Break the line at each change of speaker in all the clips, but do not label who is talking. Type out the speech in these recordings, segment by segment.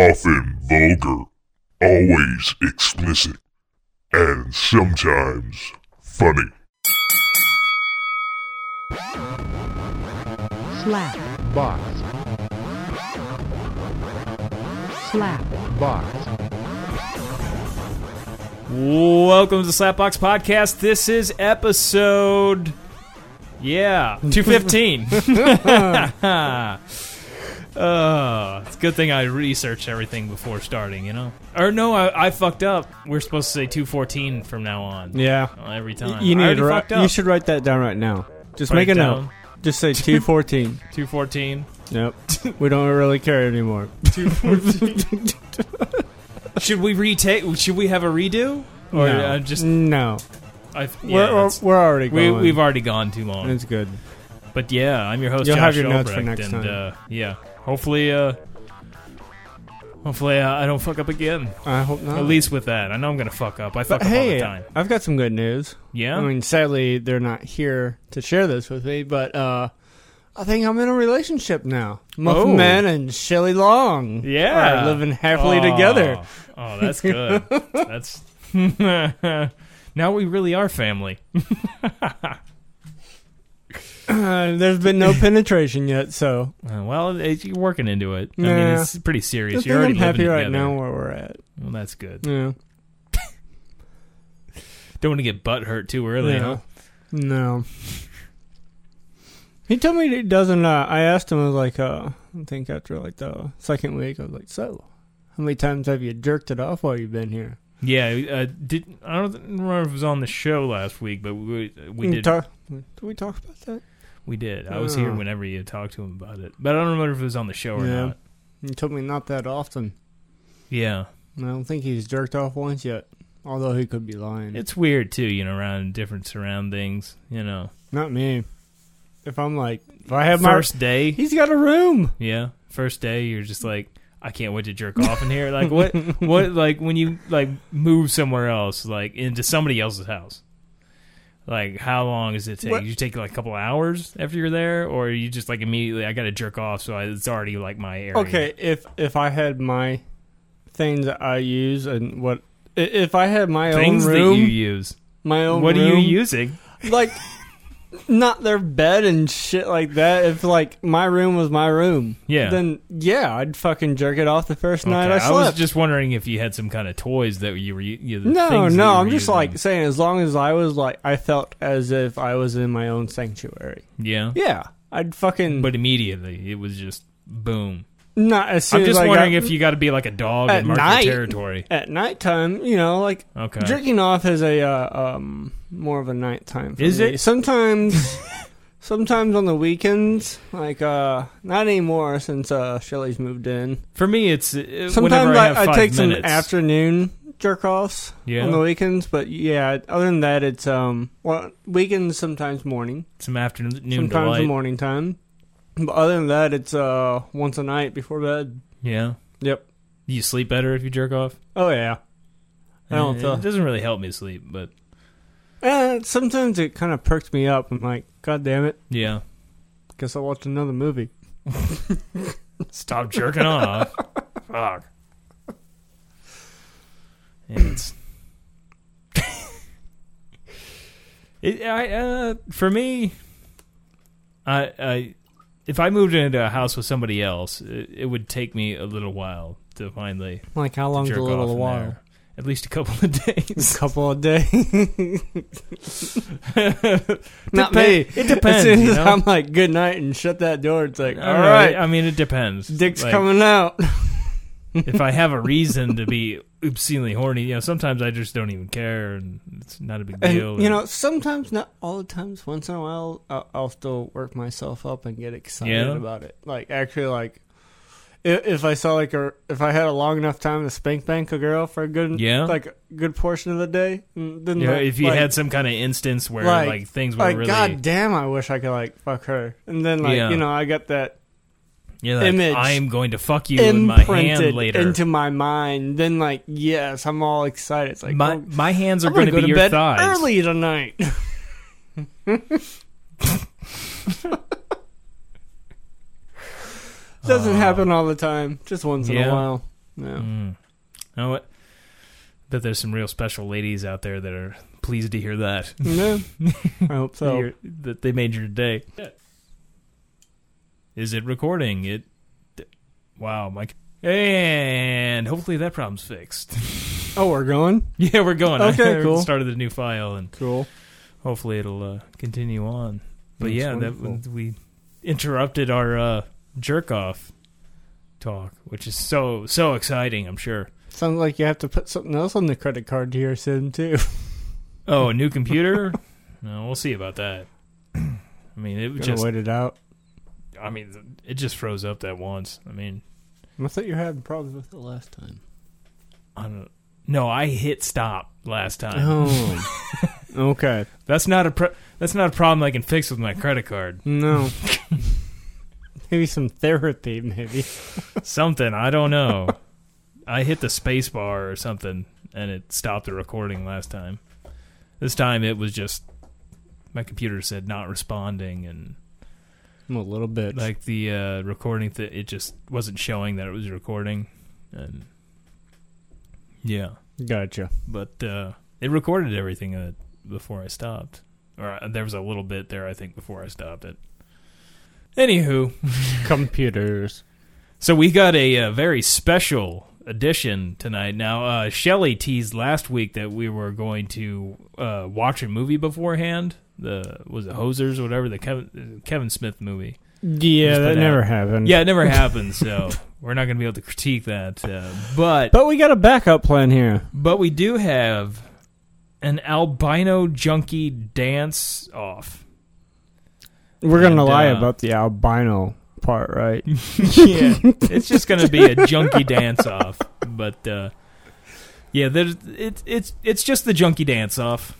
often vulgar, always explicit, and sometimes funny.
slap
box,
slap
box.
Welcome to the Slapbox Podcast. This is episode, yeah, 215. uh, it's a good thing I researched everything before starting, you know? Or no, I, I fucked up. We're supposed to say 214 from now on.
Yeah.
Uh, Every time.
You
I
need
already
to write,
fucked up.
You should write that down right now. Just
Write
make
it
a
down.
note. Just say 214.
214.
nope. We don't really care anymore.
214. should we retake? Should we have a redo? Or
no.
uh, just.
No.
I, yeah,
we're, we're,
that's-
we're already
we,
going.
we've already gone too long.
It's good.
But yeah, I'm your host,
You'll
Josh
have your notes for
Albrecht,
next
and
time.
Uh, yeah, hopefully, uh, hopefully uh, I don't fuck up again.
I hope not.
At least with that, I know I'm gonna fuck up. I fuck
Oh. But
up all the
hey,
time.
I've got some good news.
Yeah,
I mean, sadly, they're not here to share this with me, but uh, I think I'm in a relationship now. Muffin
Oh.
Man and Shelly Long
Yeah.
are living happily
Aw.
together.
Oh, that's good. that's now we really are family.
Uh, there's been no penetration yet, so
Uh, well, it, you're working into it. I mean,
Nah.
it's pretty
I
serious.
think
You're already
I'm happy
living
right
together.
now where we're at.
Well, that's good.
Yeah.
Don't want to get butt hurt too early.
Yeah.
Huh?
No. He told me that he doesn't. Uh, I asked him. I was like, uh, I think after like the second week, I was like, so, how many times have you jerked it off while you've been here?
Yeah. Uh, did I don't remember if it was on the show last week, but we we
And
did
Talk, did we talk about that?
We did. I was here
Oh.
whenever you talked to him about it, but I don't remember if it was on the show or
Yeah.
not.
He told me not that often.
Yeah,
And I don't think he's jerked off once yet. Although he could be lying.
it's weird too, you know, around different surroundings. You know,
not me. If I'm like, if I have
first
my,
day,
he's got a room.
yeah, first day, you're just like, I can't wait to jerk off in here. Like what? What? Like when you like move somewhere else, like into somebody else's house. Like how long does it take?
What-
You take like a couple hours after you're there, or you just like immediately? I got to jerk off, so I, it's already like my area.
Okay, if if I had my things that I use and what i- if I had my
things
own
that
room,
you use.
my own
What are
room,
you using?
Like not their bed and shit like that. If like my room was my room,
Yeah.
then yeah, I'd fucking jerk it off the first night I
Okay,
slept.
was just wondering if you had some kind of toys that you were. You, the things
no,
that you
no,
were
I'm just
using.
like saying as long as I was like I felt as if I was in my own sanctuary.
yeah.
Yeah, I'd fucking
But immediately it was just boom.
not as
I'm
soon as
just
I
wondering
got-
if you got to be like a dog
At
and mark
night.
your territory.
at nighttime, you know, like
Okay.
Jerking off is a uh, um more of a nighttime. For
Is
me.
it?
sometimes? sometimes on the weekends, like uh, not anymore since uh Shelly's moved in.
For me, it's uh, whenever
Sometimes
I, have
I, I
five
take some
minutes.
afternoon jerk offs
Yeah.
on the weekends, but yeah, other than that, it's um well weekends sometimes morning,
some afternoon
sometimes
delight.
morning time. But other than that, it's uh once a night before bed.
Yeah.
Yep.
You sleep better if you jerk off.
Oh yeah. I don't
Eh,
feel-
It doesn't really help me sleep, but
Uh, sometimes it kind of perks me up. I'm like, God damn it,
yeah.
guess I'll watch another movie.
Stop jerking off. Fuck. It's. it, I, uh, for me, I, I, if I moved into a house with somebody else, it, it would take me a little while to finally
Like how long's
jerk
a
off
little
in
while?
there. At least a couple of days.
A couple of days. Not me.
It depends.
As soon as
you know?
I'm like, good night, and shut that door. It's like,
I
all
don't know,
right,
I mean, it depends.
dick's
Like,
coming out.
if I have a reason to be obscenely horny, you know, sometimes I just don't even care, and it's not a big
And
deal.
you know, sometimes not all the times. Once in a while, I'll, I'll still work myself up and get excited
Yeah.
about it. Like actually, like if, if I saw like a if I had a long enough time to spank bank a girl for a good
Yeah.
like a good portion of the day, mm, then
You know,
like-
if you
like-
had some kind of instance where like,
like-
things were
like
really,
god damn, I wish I could like fuck her, and then like
Yeah.
you know I got that
you're like,
image
I am going to fuck you in my
imprinted
hand later.
into my mind. Then, like, yes, I'm all excited. It's like,
my
oh,
my hands are
I'm
going
gonna
to be
go to
your
bed
thighs.
early tonight. Doesn't happen all the time. Just once in
Uh, Yeah.
a while. No.
Mm. You know what? Bet there's some real special ladies out there that are pleased to hear that.
No. I hope
So
so.
that they made your day. Is it recording? It. Wow, Mike. And hopefully that problem's fixed.
Oh, we're going?
yeah, we're going.
Okay,
I
cool.
Started a new file and
Cool.
hopefully it'll uh, continue on. But
That's
yeah, that
wonderful.
we interrupted our uh, jerk off talk, which is so so exciting. I'm sure.
Sounds like you have to put something else on the credit card here soon, too.
Oh, a new computer? no, we'll see about that. I mean, it
Gotta
just
wait it out.
I mean, it just froze up that once. I mean,
I thought you were having problems with it last time.
I don't No, I hit stop last time.
Oh. okay.
That's not a pro- that's not a problem I can fix with my credit card.
No. maybe some therapy, maybe.
something, I don't know. I hit the space bar or something and it stopped the recording last time. This time it was just my computer said not responding and
I'm a little bit.
like the uh, recording that it just wasn't showing that it was recording and yeah
Gotcha.
but uh, it recorded everything uh, before i stopped or uh, there was a little bit there i think before i stopped it anywho
Computers.
so we got a, uh very special edition tonight now uh, shelly teased last week that we were going to uh, watch a movie beforehand the was it hosers or whatever the kevin, kevin smith movie
Yeah,
Just put
that
it
never
out.
happened.
Yeah, it never happened, so we're not going to be able to critique that. Uh, but
But we got a backup plan here.
but we do have an albino junkie dance off.
We're going to
And,
lie
uh,
about the albino part, right?
yeah, it's just going to be a junkie dance off. But uh, yeah, there's it's it's it's just the junkie dance off.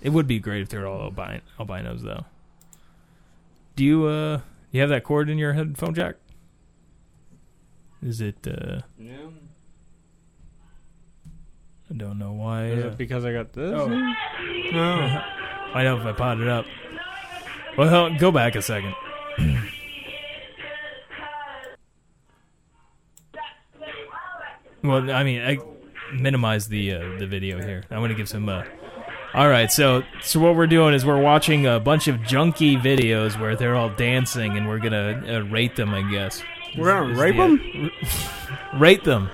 It would be great if they were all albin- albinos, though. Do you uh you have that cord in your headphone jack? Is it? uh I don't know why.
Is
uh,
it because I got this?
Oh.
Oh. No.
I know if I pot it up. Well, hell, go back a second. well, I mean, I minimize the uh, the video here. I want to give some. Uh, all right, so so what we're doing is we're watching a bunch of junky videos where they're all dancing, and we're gonna uh, rate them, I guess.
We're gonna
Is
rape
the, uh, rate them.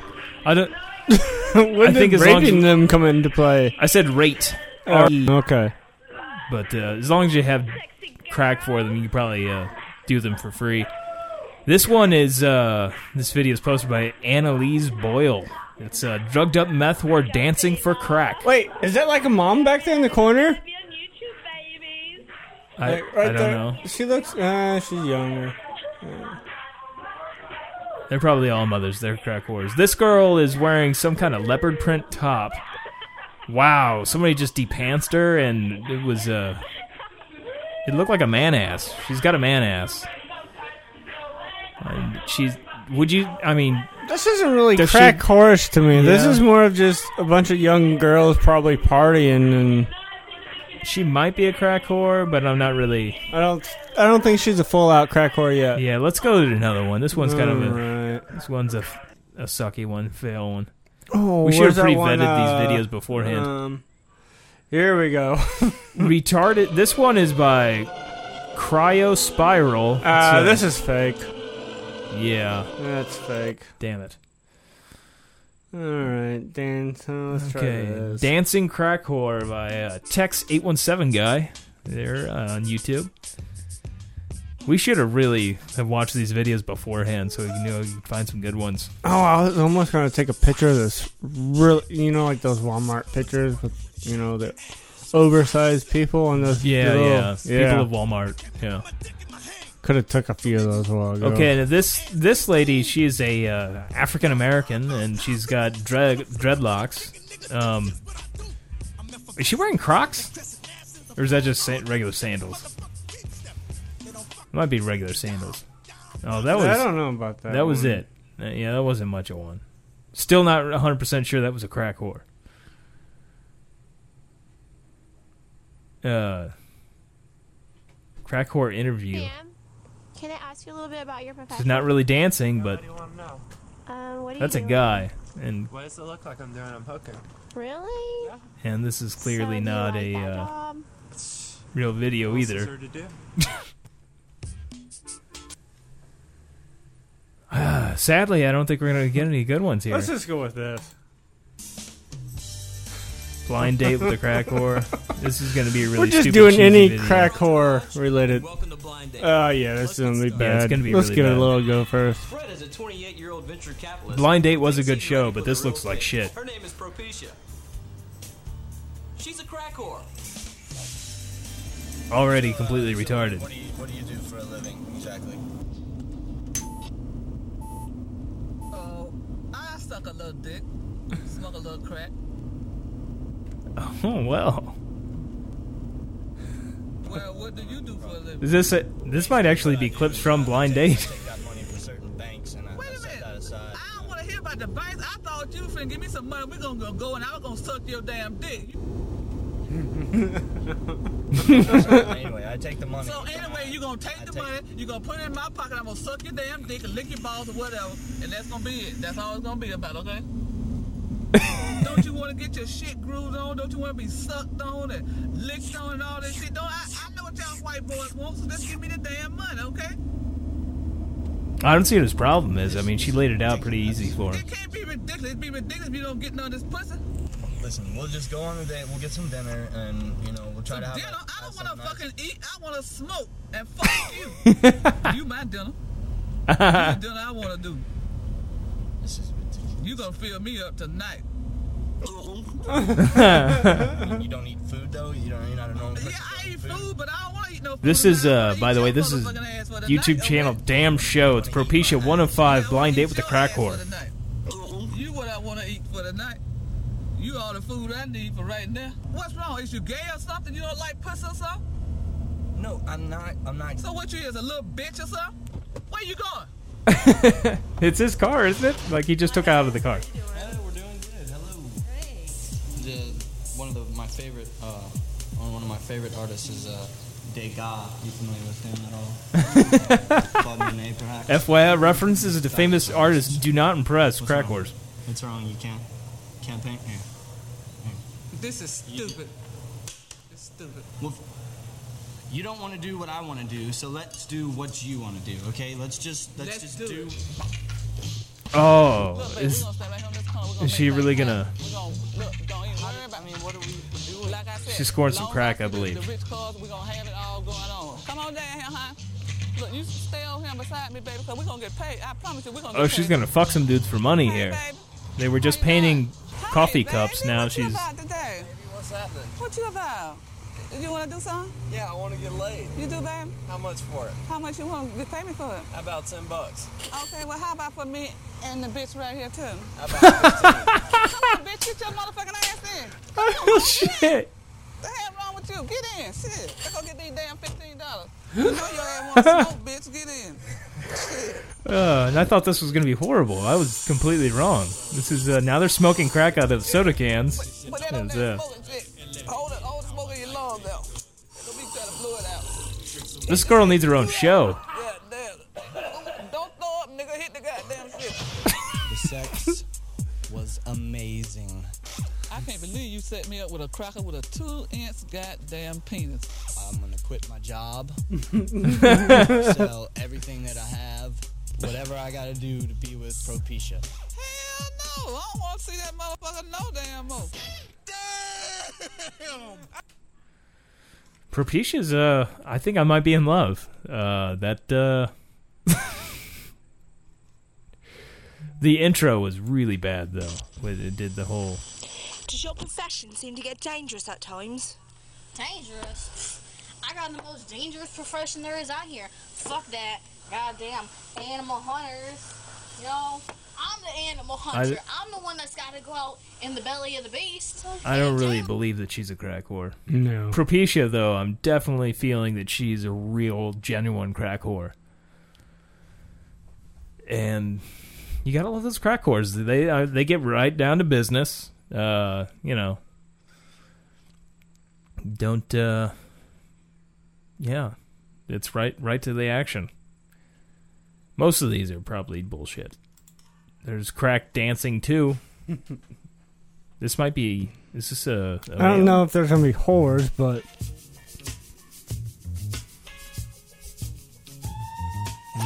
I don't.
when
I
did
think as long as-
raping them come into play?
I said rate. E
Oh,
R-E.
okay.
But uh, as long as you have crack for them, you can probably uh, do them for free. This one is uh, this video is posted by Annalise Boyle. It's uh, drugged up meth war dancing for crack.
Wait, is that like a mom back there in the corner?
Be on YouTube, babies.
I,
like, right
I don't
there.
know.
She looks. Ah, she's younger.
They're probably all mothers. They're crack whores. This girl is wearing some kind of leopard print top. Wow, somebody just depantsed her, and it was uh, it looked like a man ass. She's got a man ass. And she's. Would you? I mean,
This isn't really
Does
crack
she-
horse to me. This
Yeah.
is more of just a bunch of young girls probably partying, and
She might be a crack whore, but I'm not really.
I don't. I don't think she's a full out crack whore yet.
Yeah, let's go to another one. This one's kind of a,
Alright.
this one's a, a sucky one, fail one.
Oh,
We should
where's
have
that
pre
one,
vetted
uh,
these videos beforehand.
Um, here we go.
Retarded. This one is by Cryo Spiral.
Uh,
So-
this is fake.
yeah.
That's fake.
Damn it.
All right, Dan. So let's try
Okay,
this.
dancing crack whore by uh, Tex eight one seven guy. There uh, on YouTube. We should have really have watched these videos beforehand, so we knew we could find some good ones.
Oh, I was almost gonna take a picture of this. Really, you know, like those Walmart pictures with you know the oversized people and those.
Yeah,
little-
yeah,
yeah.
People of Walmart. Yeah.
Could have took a few of those a while ago.
Okay, now this this lady, she is a uh, African American, and she's got dread dreadlocks. Um, is she wearing Crocs, or is that just sa- regular sandals? It might be regular sandals. Oh, that
I
was
don't know about that.
that was
one.
it. Uh, yeah, that wasn't much of one. Still not 100 percent sure that was a crack whore. Uh, crack whore interview.
Ma'am, can I ask you a little bit about your profession?
She's not really dancing, but
Um, what are you
That's a
doing?
guy, and
What does it look like I'm doing? I'm hooking.
Really?
and this is
So do
clearly
you
not
like
a
that
uh,
job?
real video
What else is
either.
there to do?
Sadly, I don't think we're gonna get any good ones here.
Let's just go with this.
Blind date with a crack whore. This is gonna be a really.
We're just
stupid,
doing
cheesy
any
video.
crack whore related.
Welcome to Blind
Uh,
Date.
Oh yeah, this is gonna be bad.
Yeah, it's gonna be
Let's
really
give it
bad.
a little go first.
Fred is a 28-year-old venture capitalist.
Blind Date was a
Thinks
good
he's
show,
ready
but
for the
this
real
looks like
thing.
shit.
Her name is Propecia. She's a crack whore.
Already completely retarded.
do you What do you do for a living exactly?
Oh, I suck a little dick, smoke a little crack,
Oh well.
Well, what do you do for a living?
Is this a, this might actually be clips from Blind Date.
Take out money for certain banks and I
Wait a
set that
minute.
aside.
I don't want to hear about the banks. I thought you finna give me some money. We're gonna go and I was gonna suck your damn dick.
anyway, I take the money.
So anyway, you gonna take
I
the
take-
money, you gonna put it in my pocket, I'm gonna suck your damn dick and lick your balls or whatever, and that's gonna be it. That's all it's gonna be about, okay? don't you wanna get your shit grooved on? Don't you wanna be sucked on and licked on and all that shit? Don't I, I know what y'all white boys want, so just give me the damn money, okay?
I don't see what his problem is. I mean, she laid it out pretty easy for him.
It can't be ridiculous. It'd be ridiculous if you don't get none of this pussy.
Listen, we'll just go on a date. We'll get some dinner, and you know, we'll try to have.
dinner?
a,
I
have
don't
some
want to
nice-
fucking eat. I want to smoke and fuck you. you my dinner. You the dinner I want to do.
This is ridiculous.
You gonna fill me up tonight?
You don't eat food though. You don't. You're not a normal person.
Yeah, I
don't
eat food, but I don't want to eat no food.
This is
tonight. I
uh
wanna
by
eat
the way,
your
this is
motherfucking ass for
YouTube
tonight,
channel
okay?
Damn Show. It's Propecia 105
I
Blind
wanna
Date
eat
with the
your
Crack
ass for
Whore.
tonight. You what I want to eat for tonight. You all the food I need for right now. What's wrong? Is you gay or something? You don't like pussy or something?
eat- No, I'm not. I'm not.
So what you is a little bitch or something? Where you going?
It's his car, isn't it? Like he just took it out of the car.
Hey, we're doing good. Hello. Hey. one of the, my favorite, uh, one one of my favorite artists is uh, Degas. You familiar with him at all? Bob Monet, perhaps.
FYI, references to famous artists do not impress crack whores.
What's wrong? You can't, can't paint here.
This is stupid. It's stupid.
You don't want to do what I want to do, so let's do what you want to do. Okay, let's just let's,
Let's
just
do
do.
Oh,
Look, babe,
is
we gonna stay right here on this corner. We gonna
is she
make
really
things
gonna-
happen. We gonna- look, don't even worry about- I mean, what do we do? Like I said,
She's scoring some
long
crack,
after
I
the-
believe.
The rich cars, we gonna have it all going on. Come on down here, huh? Look, you stay over here beside me, baby, because we gonna get paid. I promise you, we gonna.
oh,
get
she's
paid.
gonna fuck some dudes for money
Hey,
here.
baby.
They were just
How you
painting
doing? Hey,
coffee
baby,
cups. Now
what you
she's
about today?
What's happening?
What you about? You wanna do something?
Yeah, I want to get laid.
You do, babe?
How much for it?
How much you want to pay me for it?
How about ten bucks?
Okay, well, how about for me and the bitch right here, too? Come
How about
on, bitch, get your motherfucking ass in.
oh shit.
The hell wrong with you? Get in, shit. Let's go get these damn fifteen dollars. You know your ass want to smoke, bitch. Get in.
Uh, and I thought this was gonna be horrible. I was completely wrong. This is uh, now they're smoking crack out of soda cans.
But that don't
That's uh,
damn
it.
smoking shit. Hold it, hold the smoke in your lungs though. Don't be trying to blow it out.
This girl needs her own show.
God damn. Don't throw up, nigga. Hit the goddamn shit.
The sex was amazing.
I can't believe you set me up with a cracker with a two-inch goddamn penis.
I'm gonna quit my job, sell everything that I have, whatever I gotta do to be with Propecia.
Hell no! I don't want to see that motherfucker no damn more.
Propitia's uh I think I might be in love. Uh that uh The intro was really bad though. When it did the whole
Does your profession seem to get dangerous at times?
Dangerous? I got the most dangerous profession there is out here. Fuck that. Goddamn animal hunters. You know, I'm the animal hunter. I, am the one that's got to go out in the belly of the beast.
I don't really believe that she's a crack whore.
No.
Propecia though, I'm definitely feeling that she's a real genuine crack whore. And you gotta love those crack whores. They uh, they get right down to business. Uh, you know. Don't uh Yeah. It's right right to the action. Most of these are probably bullshit. There's crack dancing too. this might be. Is this a? a
I don't know if there's gonna be whores, but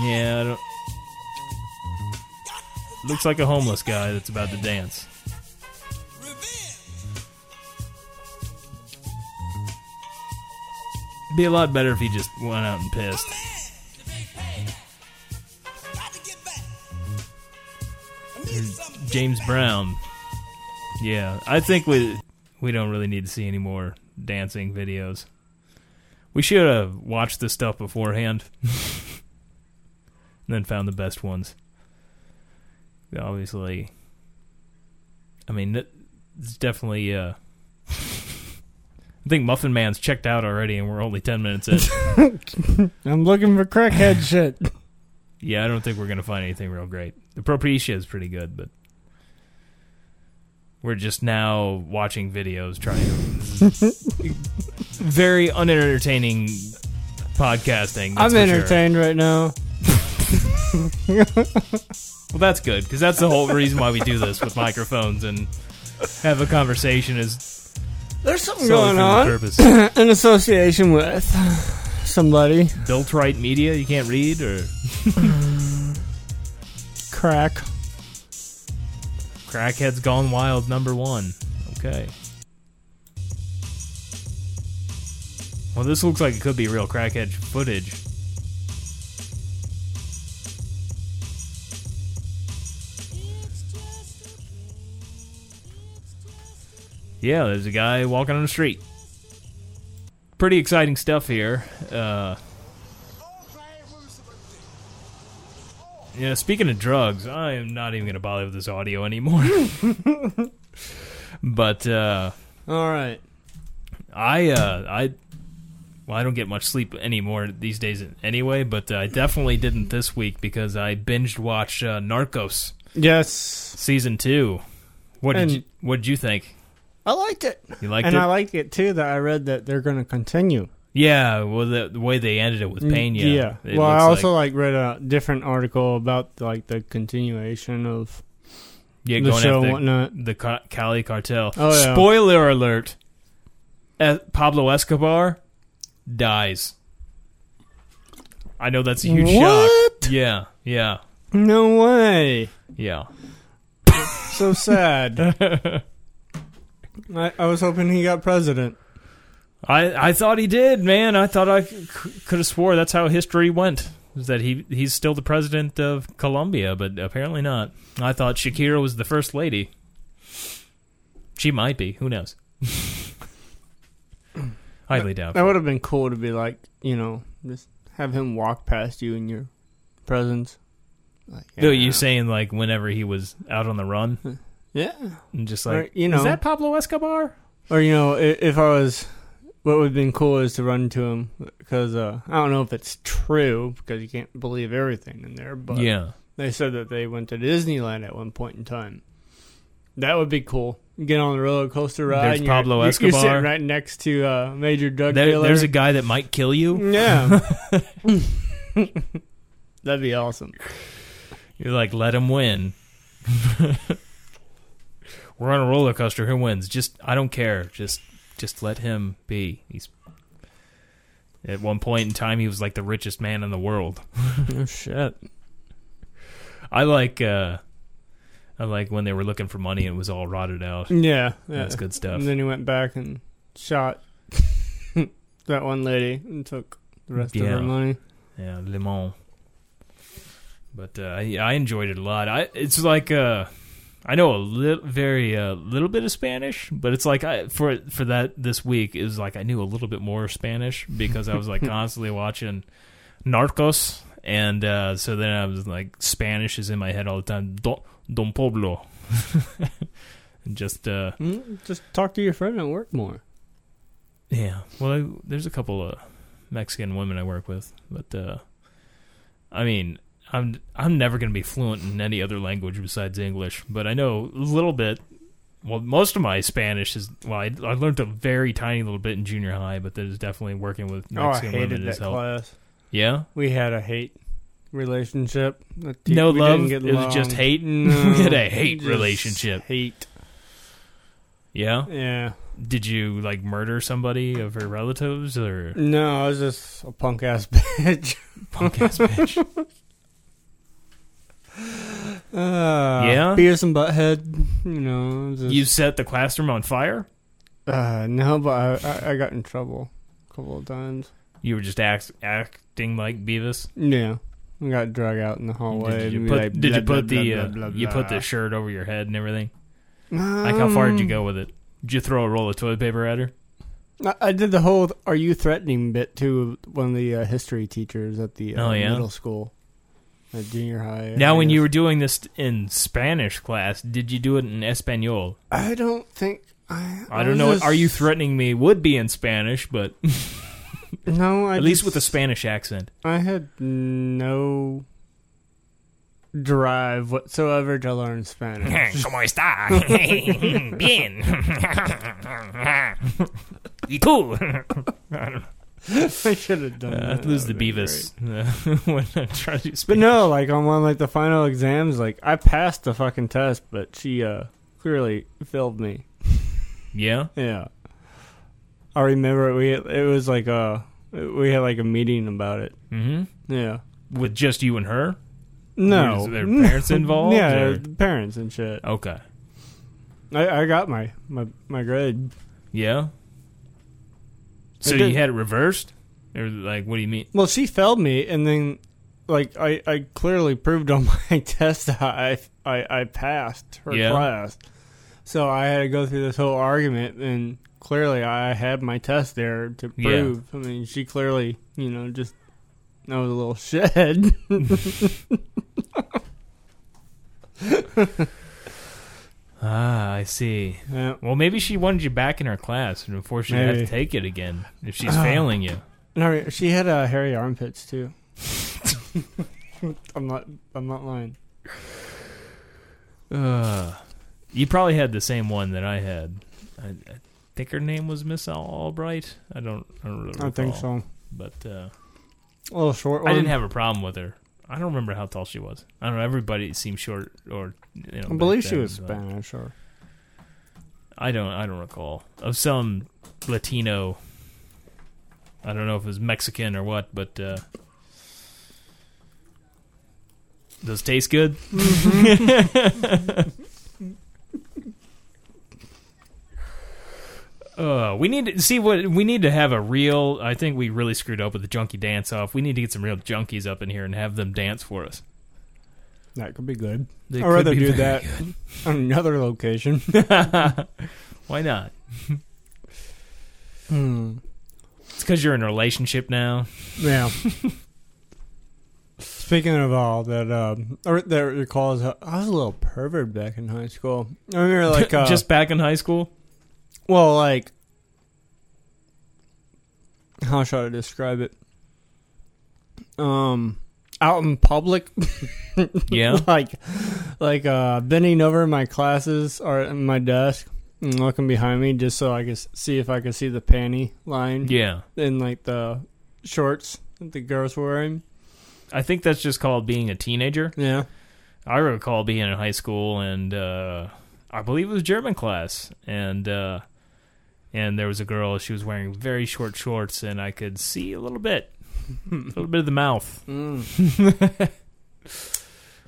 Yeah. I don't, looks like a homeless guy that's about to dance. Be a lot better if he just went out and pissed. Here's James Brown. Yeah, I think we we don't really need to see any more dancing videos. We should have watched this stuff beforehand, and then found the best ones. Obviously, I mean, it- it's definitely. Uh, I think Muffin Man's checked out already, and we're only ten minutes in.
I'm looking for crackhead shit.
Yeah, I don't think we're gonna find anything real great. The Propecia is pretty good, but we're just now watching videos trying to very unentertaining podcasting. that's
I'm
for sure.
entertained right now.
Well, that's good because that's the whole reason why we do this with microphones and have a conversation. Is
There's something
solely
going
for the
on
purpose.
in association with somebody.
Built right media, you can't read or
Crack.
Crackheads Gone Wild number one. Okay. Well, this looks like it could be real crackhead footage. Yeah, there's a guy walking on the street. Pretty exciting stuff here. Uh, yeah, speaking of drugs, I am not even going to bother with this audio anymore. but uh,
all right,
I uh, I well, I don't get much sleep anymore these days anyway. But uh, I definitely didn't this week because I binged watched uh, Narcos.
Yes,
season two. What did
And-
you, what did you think?
I liked it.
You liked
and
it?
I liked it too that I read that they're going to continue.
Yeah, well, the, the way they ended it with Pena.
Mm, Yeah.
it
well, I
looks
also like, read a different article about like the continuation of
Yeah,
the
going
show
after
and whatnot.
the Ca- Cali cartel.
Oh, yeah.
Spoiler alert: Eh, Pablo Escobar dies. I know that's a huge shock. Yeah, yeah,
No way.
yeah.
So sad. I, I was hoping he got president.
I I thought he did, man. I thought I c- could have swore that's how history went. Is that he he's still the president of Colombia, but apparently not. I thought Shakira was the first lady. She might be. Who knows? Highly doubt.
That would have been cool to be like, you know, just have him walk past you in your presence. Like,
No, you saying like whenever he was out on the run?
Yeah.
And just like
Or, you know,
is that Pablo Escobar?
Or you know, i- if I was, what would have been cool is to run to him because uh, I don't know if it's true because you can't believe everything in there. But
Yeah.
they said that they went to Disneyland at one point in time. That would be cool. You Get on the roller coaster ride.
There's
and you're-
Pablo
you're, You're
Escobar.
sitting right next to uh, Major Drug
There-
Dealer.
there's a guy that might kill you.
Yeah. That'd be awesome.
You're like, let him win. We're on a roller coaster. Who wins? Just I don't care. Just just let him be. He's at one point in time he was like the richest man in the world.
oh shit.
I like uh I like when they were looking for money and it was all rotted out.
Yeah,
That's
yeah.
good stuff.
And then he went back and shot that one lady and took the rest of her money.
Yeah, Le Mans. But uh, I, I enjoyed it a lot. I it's like uh, I know a little, very uh, little bit of Spanish, but it's like I for for that this week it was like I knew a little bit more Spanish because I was like constantly watching Narcos, and uh, so then I was like Spanish is in my head all the time. Don, Don Pablo, and just uh,
Mm, Just talk to your friend at work more.
yeah. Well, I, there's a couple of Mexican women I work with, but uh, I mean, I'm I'm never going to be fluent in any other language besides English, but I know a little bit. Well, most of my Spanish is well, I, I learned a very tiny little bit in junior high, but there's definitely working with
Oh, I
Mexican
hated
women
that
has helped.
class.
Yeah,
We had a hate relationship. That
no
we
love.
didn't get
it was just
along.
hate.
No,
we had a hate
just
relationship.
Hate.
Yeah.
Yeah.
Did you like murder somebody of her relatives or
No, I was just a punk ass bitch.
punk ass bitch?
Uh,
Yeah?
Beavis and Butthead. You know. Just,
You set the classroom on fire.
Uh, no, but I, I, I got in trouble a couple of times.
You were just act, acting like Beavis.
Yeah. I got drug out in the hallway.
Did
and
you
be
put,
Oh, like,
did you
blah,
put
blah,
the
blah,
uh,
blah,
you put
blah.
the shirt over your head and everything? like how far did you
Um,
go with it? Did you throw a roll of toilet paper at her?
I- I did the whole "Are you threatening?" bit to one of the uh, history teachers at the uh,
Oh, yeah?
middle school, at junior high.
now,
I
when you
guess.
were doing this in Spanish class, did you do it in Espanol?
I don't think I.
I don't know.
was
What, are you
just-
threatening me? Would be in Spanish, but
No, I
at least
just-
with a Spanish accent.
I had no drive whatsoever to learn Spanish.
Eh, ¿Cómo está? Bien. ¿Y tú? I don't know.
I should have done.
Uh,
that.
I'd lose the
That'd be
Beavis
great.
uh, when I try to do
But
Spanish.
no, like on one like the final exams, like I passed the fucking test, but she uh clearly failed me.
Yeah.
Yeah. I remember we it was like uh we had like a meeting about it.
hmm
Yeah.
With just you and her.
No.
Were there parents involved,
yeah,
or-
the parents and shit.
Okay.
I, I got my, my my grade.
Yeah. So
It
you
did-
had it reversed, or like, what do you mean?
Well, she failed me and then like I, I clearly proved on my test that I I, I passed her
Yeah.
class. So I had to go through this whole argument and clearly I had my test there to
Yeah.
prove. I mean, she clearly, you know, just I was a little shithead.
Ah, I see.
yeah.
Well, maybe she wanted you back in her class, and unfortunately, you have
Maybe.
to take it again if she's
Ah.
failing you.
No, she had uh, hairy armpits too. I'm not. I'm not lying.
Uh, you probably had the same one that I had. I, I think her name was Miss Al- Albright. I don't. I don't really.
I think
recall.
so.
But uh,
A little short. One.
I didn't have a problem with her. I don't remember how tall she was. I don't know. Everybody seemed short, or you know.
I
back
believe she
then,
was
but
Spanish or
I don't. I don't recall of some Latino. I don't know if it was Mexican or what, but uh, does it taste good.
Mm-hmm.
Uh, we need to see what we need to have a real. I think we really screwed up with the junkie dance off. We need to get some real junkies up in here and have them dance for us.
that could be good.
They
I'd
could
rather
be
do
very
that on another location.
Why not?
Hmm.
It's because you're in a relationship now.
Yeah. Speaking of all that, um, I re- that recalls I was a little pervert back in high school. I remember like uh,
just back in high school.
well like how should I describe it? Um, out in public.
Yeah.
like like uh bending over my classes or in my desk and looking behind me just so I could s- see if I could see the panty line
Yeah.
in like the shorts that the girls were wearing.
I think that's just called being a teenager.
Yeah.
I recall being in high school, and uh, I believe it was German class, and uh, and there was a girl. She was wearing very short shorts, and I could see a little bit, a little bit of the mouth, a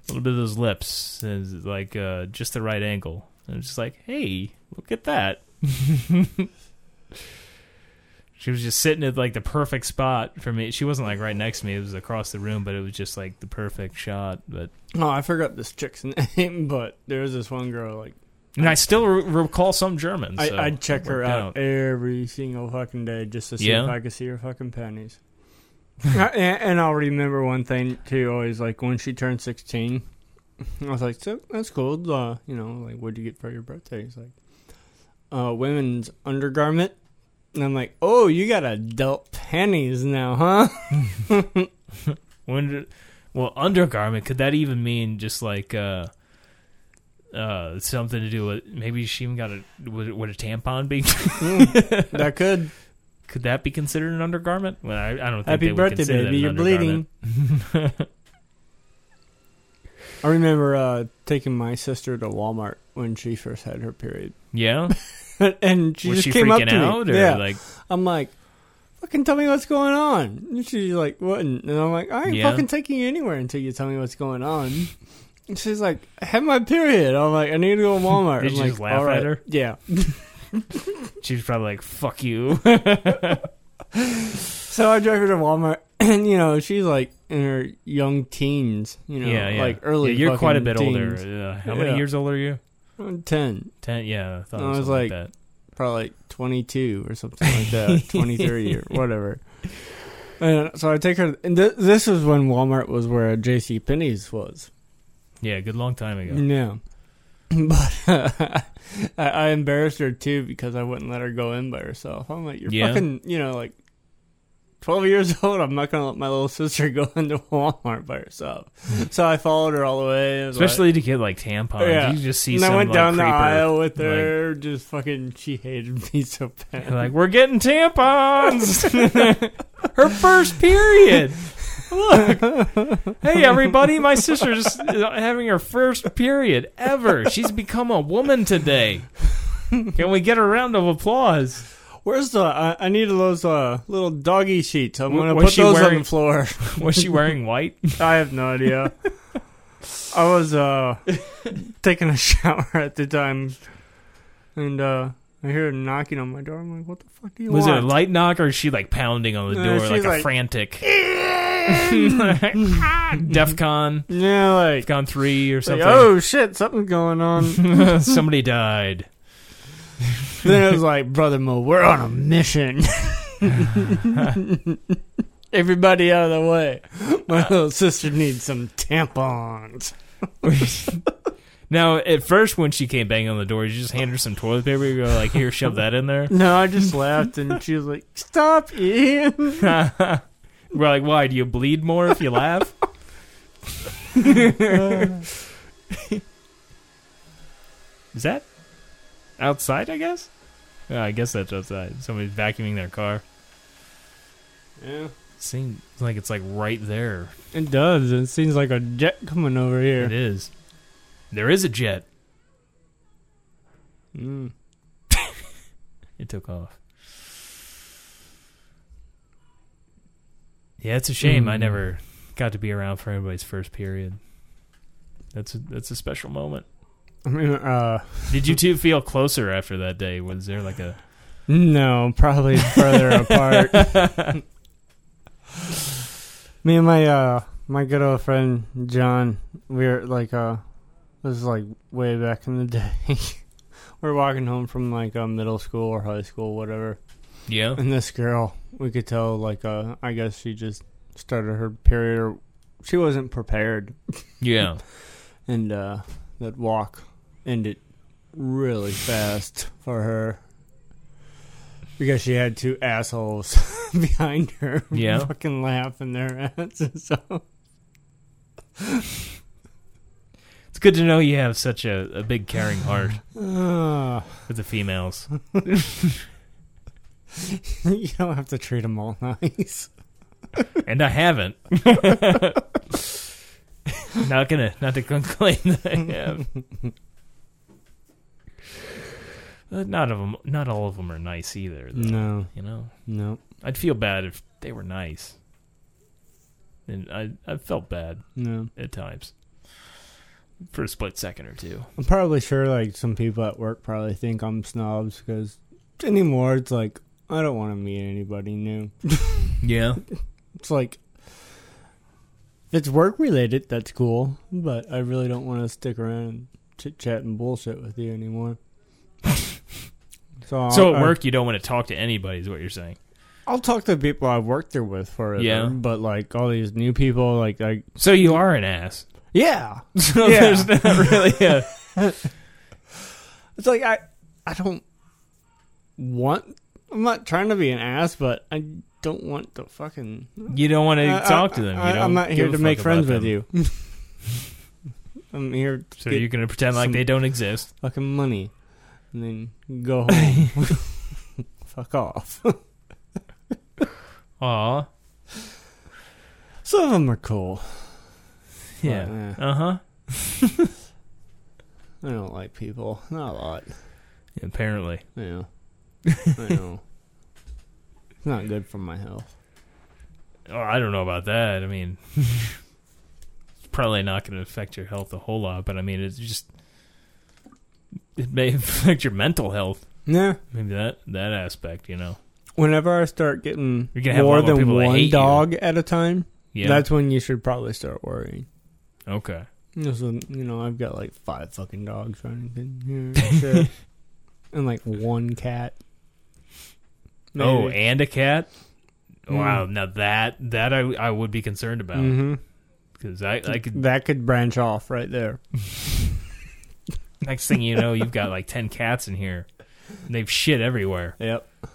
little bit of those lips, and it's like uh, just the right angle. And it's just like, hey, look at that. She was just sitting at like the perfect spot for me. She wasn't like right next to me; it was across the room, but it was just like the perfect shot. But
Oh, I forgot this chick's name, but there was this one girl like
And I still re- recall some Germans. so
I, I'd check
it
her
worked
out, every single fucking day just to see
Yeah?
if I could see her fucking panties. I, and, and I'll remember one thing too. Always like when she turned sixteen, I was like, "So that's cool." Uh, you know, like, what'd you get for your birthday? He's like, "Uh, women's undergarment." And I'm like, "Oh, you got adult panties now, huh?"
When did- well, undergarment could that even mean just like uh, uh, something to do with maybe she even got a would, would a tampon be?
that could.
could that be considered an undergarment? Well, I, I don't think
Happy
they would
birthday,
consider that
baby! You're
an
bleeding.
undergarment.
I remember uh, taking my sister to Walmart when she first had her period.
Yeah.
and she
Was
just
she
came up
freaking
to
out,
me.
or,
yeah.
like-
I'm like, fucking tell me what's going on. And she's like, what? And I'm like, I ain't
Yeah.
fucking taking you anywhere until you tell me what's going on. And she's like, I have my period. I'm like, I need to go to Walmart.
Did
I'm
you
like,
just laugh
"All
at
right."
her?
Yeah.
She's probably like, "Fuck you."
So I drive her to Walmart, and you know she's like in her young teens, you know,
yeah, yeah.
like early.
Yeah, you're quite a
fucking
bit older.
teens.
Yeah. How many
Yeah.
years old are you?
I'm Ten.
Ten. Yeah. I, thought
And
it
I was
something
like,
that.
probably like 22 or something like that, 23 or whatever. And so I take her, and th- this was when Walmart was where J.C. Penney's was.
yeah, a good long time ago.
Yeah. But I, I embarrassed her too because I wouldn't let her go in by herself. I'm like, you're
Yeah.
fucking, you know, like 12 years old. I'm not going to let my little sister go into Walmart by herself. so I followed her all the way. It was like-
Especially to get like tampons. You just see
and
some
I went
like,
down
creeper,
the aisle with
like,
her. just fucking, she hated me so bad.
They're like, we're getting tampons. Her first period. Look. Hey, everybody. My sister's having her first period ever. She's become a woman today. Can we get a round of applause?
Where's the? I, I need those uh, little doggy sheets. I'm
W-
gonna
was
put
she
those on
wearing-
the floor.
was she wearing white?
I have no idea. I was uh, taking a shower at the time, and uh, I hear a knocking on my door. I'm like, "What the fuck do you
Was it a
want?"
light knock or is she like pounding on the
Uh,
door
she's
like a
like-
frantic? Defcon?
Yeah, like
Defcon 3 or
Like,
something.
oh shit, something's going on.
Somebody died.
then it was like, brother Mo, we're on a mission. Everybody out of the way. My little sister needs some tampons.
Now, at first, when she came banging on the door, you just hand her some toilet paper. You go like, "Here, shove that in there."
No, I just laughed, and she was like, "Stop, Ian."
We're like, "Why? Do you bleed more if you laugh?" Is that outside? I guess. Yeah, I guess that's outside. Somebody's vacuuming their car.
Yeah,
Seems like it's like right there.
it does. It seems like a jet coming over here.
It is. There is a jet. Hmm.
Mm.
It took off. Yeah, it's a shame I
Mm.
never got to be around for everybody's first period. That's a, that's a special moment.
I mean, uh,
Did you two feel closer after that day? Was there like a
no, probably further apart. Me and my uh, my good old friend John, we were like uh, this is like way back in the day. we're walking home from like uh, middle school or high school, whatever.
yeah?
And this girl, we could tell, like, uh, I guess she just started her period, or she wasn't prepared,
Yeah.
and uh, that walk ended really fast for her because she had two assholes behind her,
Yeah.
fucking laughing their asses off.
It's good to know you have such a, a big caring heart
Ah,
for the females.
you don't have to treat them all nice.
And I haven't. not gonna not to claim that I have. But not of 'em- not all of them are nice either. Though,
No,
You know,
no,
I'd feel bad if they were nice, and I I felt bad
no.
at times for a split second or two.
I'm probably sure like some people at work probably think I'm snobs because anymore it's like I don't want to meet anybody new.
Yeah,
It's like if it's work related, that's cool, but I really don't want to stick around and chit chat and bullshit with you anymore. so I'll,
so at
I'll-
work you don't want to talk to anybody is what you're saying.
I'll talk to people I've worked there with for it.
Yeah.
but like all these new people, like I
So you are an ass.
yeah,
So
Yeah.
there's not really a
It's like I I don't want I'm not trying to be an ass, but I don't want to fucking
you don't want to
I-
talk
I-
to them. You
I,
don't
I'm not here
give a
to make
fuck
friends
about
with
them.
you. I'm here to
So
get
you're gonna pretend like
some-
they don't exist.
fucking money and then go home. Fuck off.
Aw.
Some of them are cool.
Yeah.
But, eh.
Uh huh.
I don't like people. Not a lot.
Apparently.
Yeah. I know. It's not good for my health.
Oh, I don't know about that. I mean, it's probably not going to affect your health a whole lot, but I mean, it's just it may affect your mental health.
Yeah.
Maybe that that aspect, you know.
Whenever I start getting
You're gonna have a
more
lot more
than
people that hate
one
you.
dog at a time,
Yeah.
that's when you should probably start worrying.
Okay.
This is- you know, I've got like five fucking dogs running in here and shit. and like one cat.
Oh,
Maybe.
and a cat.
Mm.
Wow. Now that that I I would be concerned about
Mhm.
because I I could
that could branch off right there.
Next thing you know, you've got like ten cats in here. And they've shit everywhere.
Yep.
And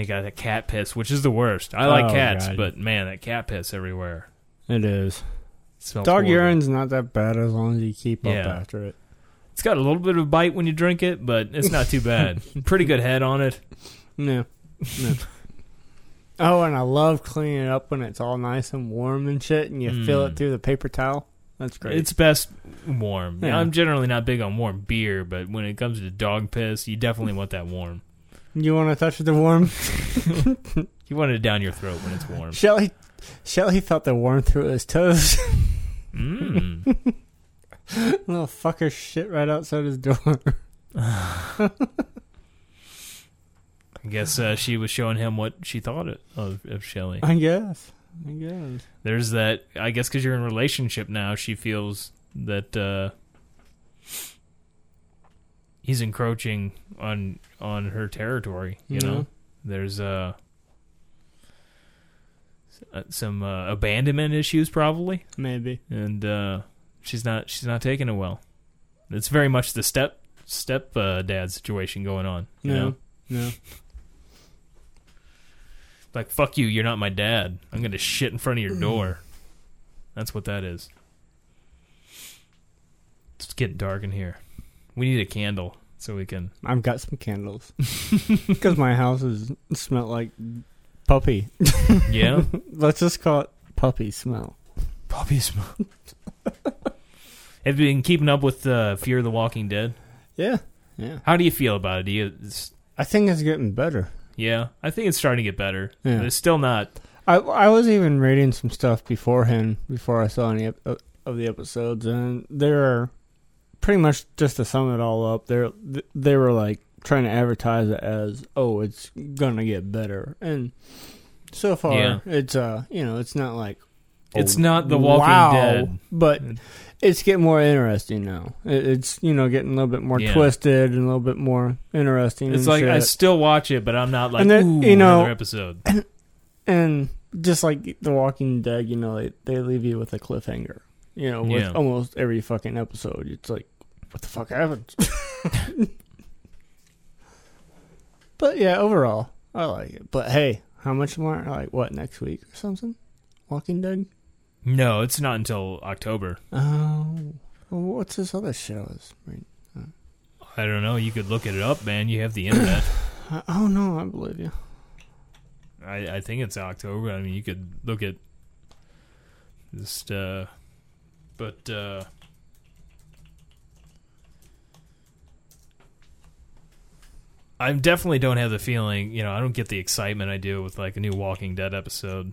they got that cat piss, which is the worst. I like
Oh,
cats,
God.
but man, that cat piss everywhere.
It is.
smells
Dog
horrible.
urine's not that bad as long as you keep up
Yeah.
after it.
It's got a little bit of a bite when you drink it, but it's not too bad. Pretty good head on it.
No. No. oh, and I love cleaning it up when it's all nice and warm and shit, and you feel it
Mm.
through the paper towel. That's great.
It's best warm.
Yeah.
I'm generally not big on warm beer, but when it comes to dog piss, you definitely want that warm.
you want to touch the warm?
You want it down your throat when it's warm.
Shelly, Shelly felt the warm through his toes.
Mm.
Little fucker shit right outside his door.
I guess uh, she was showing him what she thought of, of, of Shelly.
I guess. I guess.
there's that i guess because you're in a relationship now she feels that uh he's encroaching on on her territory you know
Mhm.
there's uh s- uh, some uh, abandonment issues probably
Maybe.
and uh she's not she's not taking it well it's very much the step step uh, dad situation going on you
No.
know
No.
like fuck you you're not my dad i'm gonna shit in front of your
Mm.
door that's what that is it's getting dark in here we need a candle so we can
I've got some candles. Because my house is smelled like puppy.
yeah
Let's just call it puppy smell.
puppy smell have you been keeping up with uh, fear of the walking dead
Yeah. Yeah.
how do you feel about it do you it's-
I think it's getting better.
yeah i think it's starting to get better
Yeah.
but it's still not
I I was even reading some stuff beforehand before I saw any ep- uh, of the episodes, and they're pretty much just to sum it all up. They're th- they were like trying to advertise it as oh it's gonna get better, and so far
Yeah.
it's uh you know it's not like oh,
It's not The Walking
wow,
Dead.
but it's getting more interesting now. It, it's you know getting a little bit more
Yeah.
twisted and a little bit more interesting.
it's
and
like i
shit.
still watch it but i'm not like
And then,
ooh
you know-
another episode
and just like The Walking Dead, you know, they, they leave you with a cliffhanger. You know, with
Yeah.
almost every fucking episode, it's like, what the fuck happened? but yeah, overall, I like it. But hey, how much more? Like what next week or something? Walking Dead.
no it's not until october
Oh, well, what's this other show? Is
i don't know you could look it up man you have the internet
oh no, I believe you.
I, I think it's October. I mean, you could look at just, uh, but, uh, I definitely don't have the feeling, you know, I don't get the excitement I do with like a new Walking Dead episode.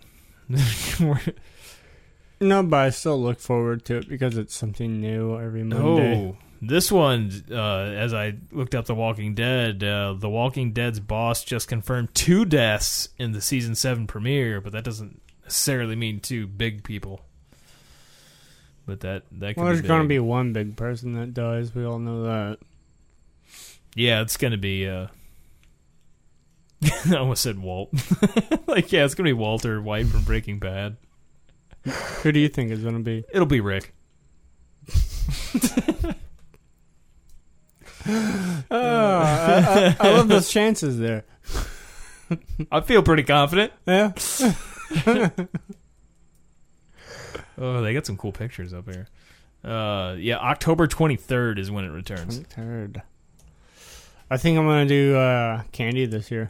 No, but I still look forward to it because it's something new every Monday.
Oh, this one, uh, as I looked up The Walking Dead, uh, The Walking Dead's boss just confirmed two deaths in the season seven premiere, but that doesn't necessarily mean two big people. But that that could
well, there's
be
gonna
big.
be one big person that dies. We all know that.
yeah, it's gonna be. Uh, I almost said Walt. like yeah, it's gonna be Walter White from Breaking Bad.
Who do you think is going to be?
It'll be Rick.
Oh, I, I, I love those chances there.
I feel pretty confident.
Yeah.
Oh, they got some cool pictures up here. Uh, yeah, October twenty third is when it returns.
Third. I think I'm going to do uh, candy this year.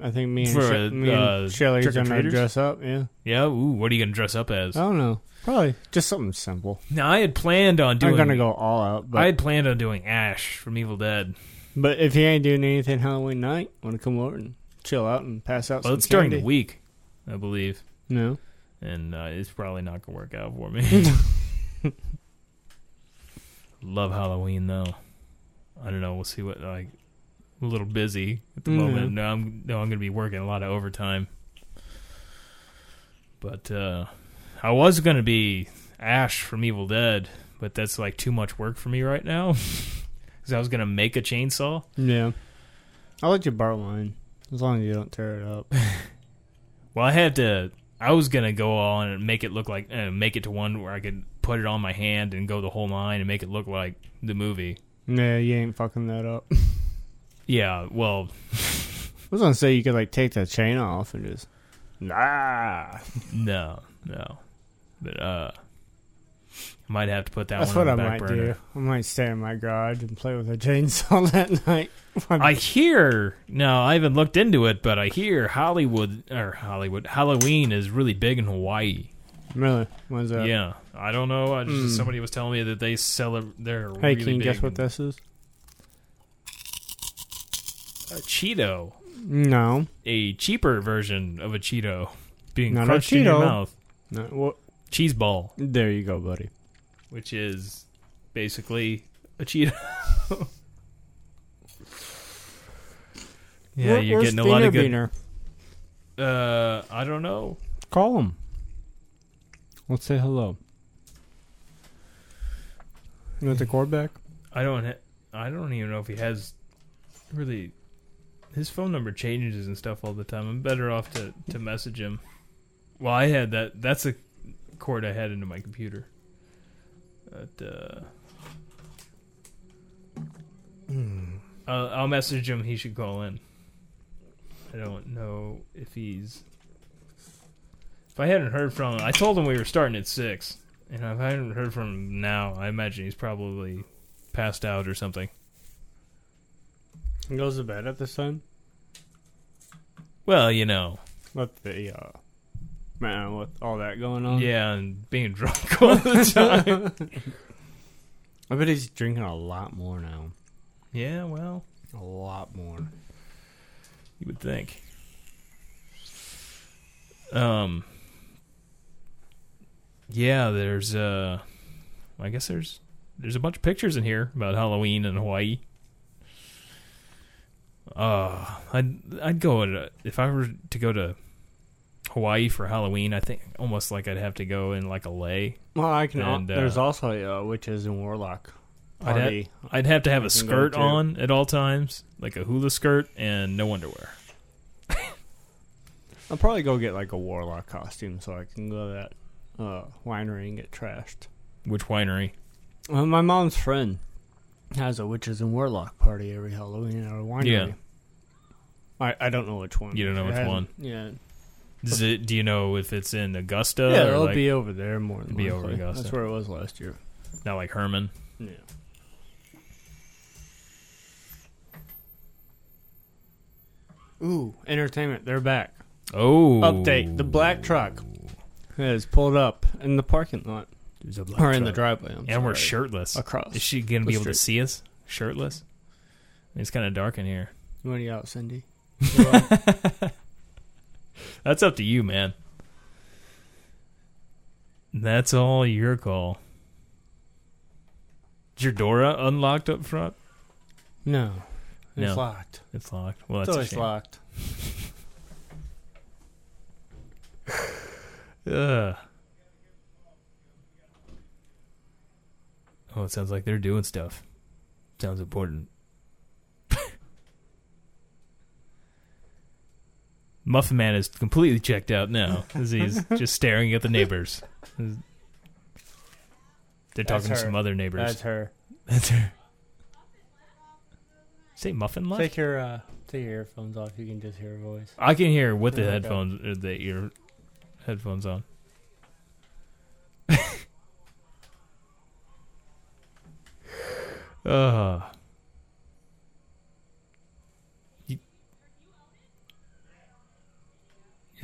I think me and, For, she- me
uh,
and Shelly's
trick or
gonna
treaters?
dress up. Yeah.
Yeah. Ooh, what are you gonna dress up as?
I don't know. Probably just something simple.
Now I had planned on doing.
I'm gonna go all out. But,
I had planned on doing Ash from Evil Dead.
but if you ain't doing anything Halloween night, want to come over and chill out and pass out.
Well,
some
it's during the
candy?
week, I believe,
No.
and uh, it's probably not gonna work out for me. Love Halloween though. I don't know. We'll see what like. I'm a little busy at the
Mhm.
moment. No, I'm no, I'm gonna be working a lot of overtime. But uh, I was gonna be Ash from Evil Dead, but that's like too much work for me right now. Because I was gonna make a chainsaw.
Yeah. I'll let you borrow mine as long as you don't tear it up.
Well, I had to. I was gonna go on and make it look like uh, make it to one where I could put it on my hand and go the whole line and make it look like the movie.
nah, you ain't fucking that up.
Yeah. Well,
I was gonna say you could like take that chain off and just nah.
no, no. But uh, I might have to put that
That's
one
what
on
I
the back
might
burner.
do. I might stay in my garage and play with a chainsaw that night.
I hear no, I haven't looked into it, but I hear Hollywood or Hollywood Halloween is really big in Hawaii.
really? What's that?
yeah, I don't know. I just,
Mm.
Somebody was telling me that they sell it. They're
Hey,
really
can you
big
guess what
in-
this is?
a Cheeto,
No.
a cheaper version of a Cheeto, being
Not a
crushed in your
Cheeto.
mouth,
No. What?
cheese ball,
There you go, buddy.
which is basically a Cheeto. yeah,
Where-
you're
where's
getting a lot of good.
Wiener Beaner?
Uh, I don't know.
Call him. Let's say hello. You want the cord back?
I don't. Ha- I don't even know if he has really. His phone number changes and stuff all the time. I'm better off to to message him. Well, I had that. That's a cord I had into my computer. But uh, I'll, I'll message him. He should call in. I don't know if he's. If I hadn't heard from him, I told him we were starting at six, and if I hadn't heard from him now, I imagine he's probably passed out or something.
He goes to bed at this time.
Well, you know,
With the uh, man, with all that going on.
yeah, and being drunk all the time.
I bet he's drinking a lot more now.
yeah, well,
A lot more.
you would think. Um. Yeah, there's uh, I guess there's there's a bunch of pictures in here about Halloween in Hawaii. Uh, I'd I'd go to, if I were to go to Hawaii for Halloween. I think almost like I'd have to go in like a lay.
Well, I can.
And, uh,
there's also a uh, witches and warlock
I'd ha-
party.
I'd have to have
I
a
can go
skirt
too.
on at all times, like a hula skirt and no underwear.
I'll probably go get like a warlock costume so I can go to that uh, winery and get trashed.
Which winery?
Well, my mom's friend has a witches and warlock party every Halloween at a winery.
Yeah.
I, I don't know which one.
You don't know
It
which
hasn't-
one.
Yeah.
Is it, do you know if it's in Augusta?
yeah,
or
it'll
Uh, like,
be over there more than
it'll be over
likely.
Augusta.
That's where it was last year.
not like Herman.
Yeah. Ooh, entertainment. They're back.
Oh,
Update. The black truck has pulled up in the parking lot.
There's a black
Or in the
truck.
driveway. I'm
and we're
sorry.
shirtless.
Across
Is she gonna be
the
able to
street.
see us shirtless? It's kind of dark in here.
What do you got, Cindy?
That's up to you, man. That's all your call. Is your door unlocked up front?
No. It's
No.
locked.
It's locked. Well, that's
it's
a
always
shame.
locked.
Ugh. Oh, it sounds like they're doing stuff. Sounds important. Muffin Man is completely checked out now 'cause he's just staring at the neighbors. They're
That's
talking to some
her.
other neighbors.
That's her.
That's her. Say Muffin Left?
Take your uh, take your earphones off. You can just hear her voice.
I can hear with the
Yeah, okay.
headphones or the ear headphones on. uh. You-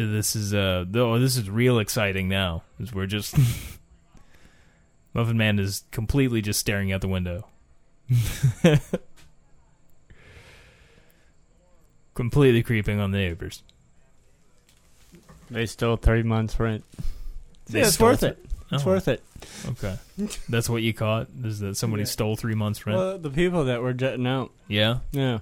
This is uh, oh, this is real exciting now. 'cause we're just Muffin Man is completely just staring out the window. completely creeping on the neighbors.
They stole three months rent.
They
yeah, it's
stole
worth
thr-
it. It's
Oh.
worth it.
Okay, that's what you caught. Is that somebody
Yeah.
stole three months' rent?
Well, the people that were jetting out.
Yeah.
Yeah.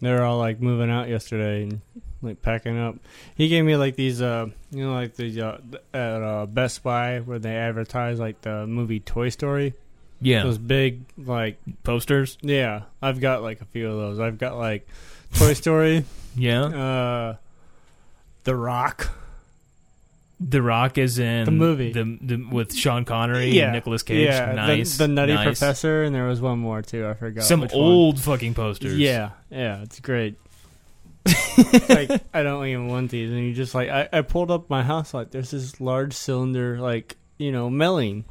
They were all like moving out yesterday and like packing up. He gave me like these, uh, you know, like the uh, th- at uh, Best Buy where they advertise like the movie Toy Story.
Yeah.
Those big like
posters.
Yeah, I've got like a few of those. I've got like Toy Story.
Yeah.
Uh, The Rock.
The Rock is in
The movie.
the, the- with Sean Connery
yeah,
and Nicolas Cage.
Yeah, the-
nice,
The, Nutty
nice.
Professor, and there was one more too. I forgot.
Some
which one.
old fucking posters.
Yeah, yeah, it's great. like I don't even want these, and you just like I, I pulled up my house like there's this large cylinder like you know milling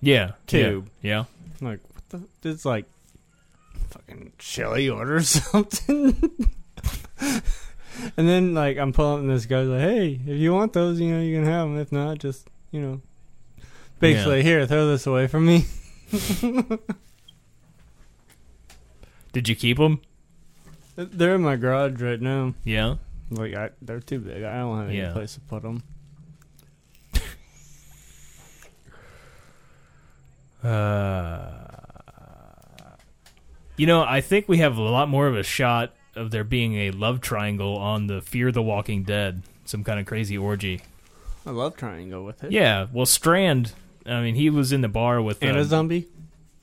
yeah,
tube.
Yeah,
I'm like what the it's like fucking Shelly order something. and then like I'm pulling up and this guy's like, hey, if you want those, you know you can have them. If not, just you know, basically
Yeah.
here, throw this away from me.
Did you keep them?
They're in my garage right now.
Yeah.
Like I, they're too big. I don't have any
Yeah.
place to put them.
Uh, you know, I think we have a lot more of a shot of there being a love triangle on the Fear the Walking Dead, some kind of crazy orgy.
I love triangle with it.
Yeah. Well, Strand. I mean, he was in the bar with
And a
um,
zombie?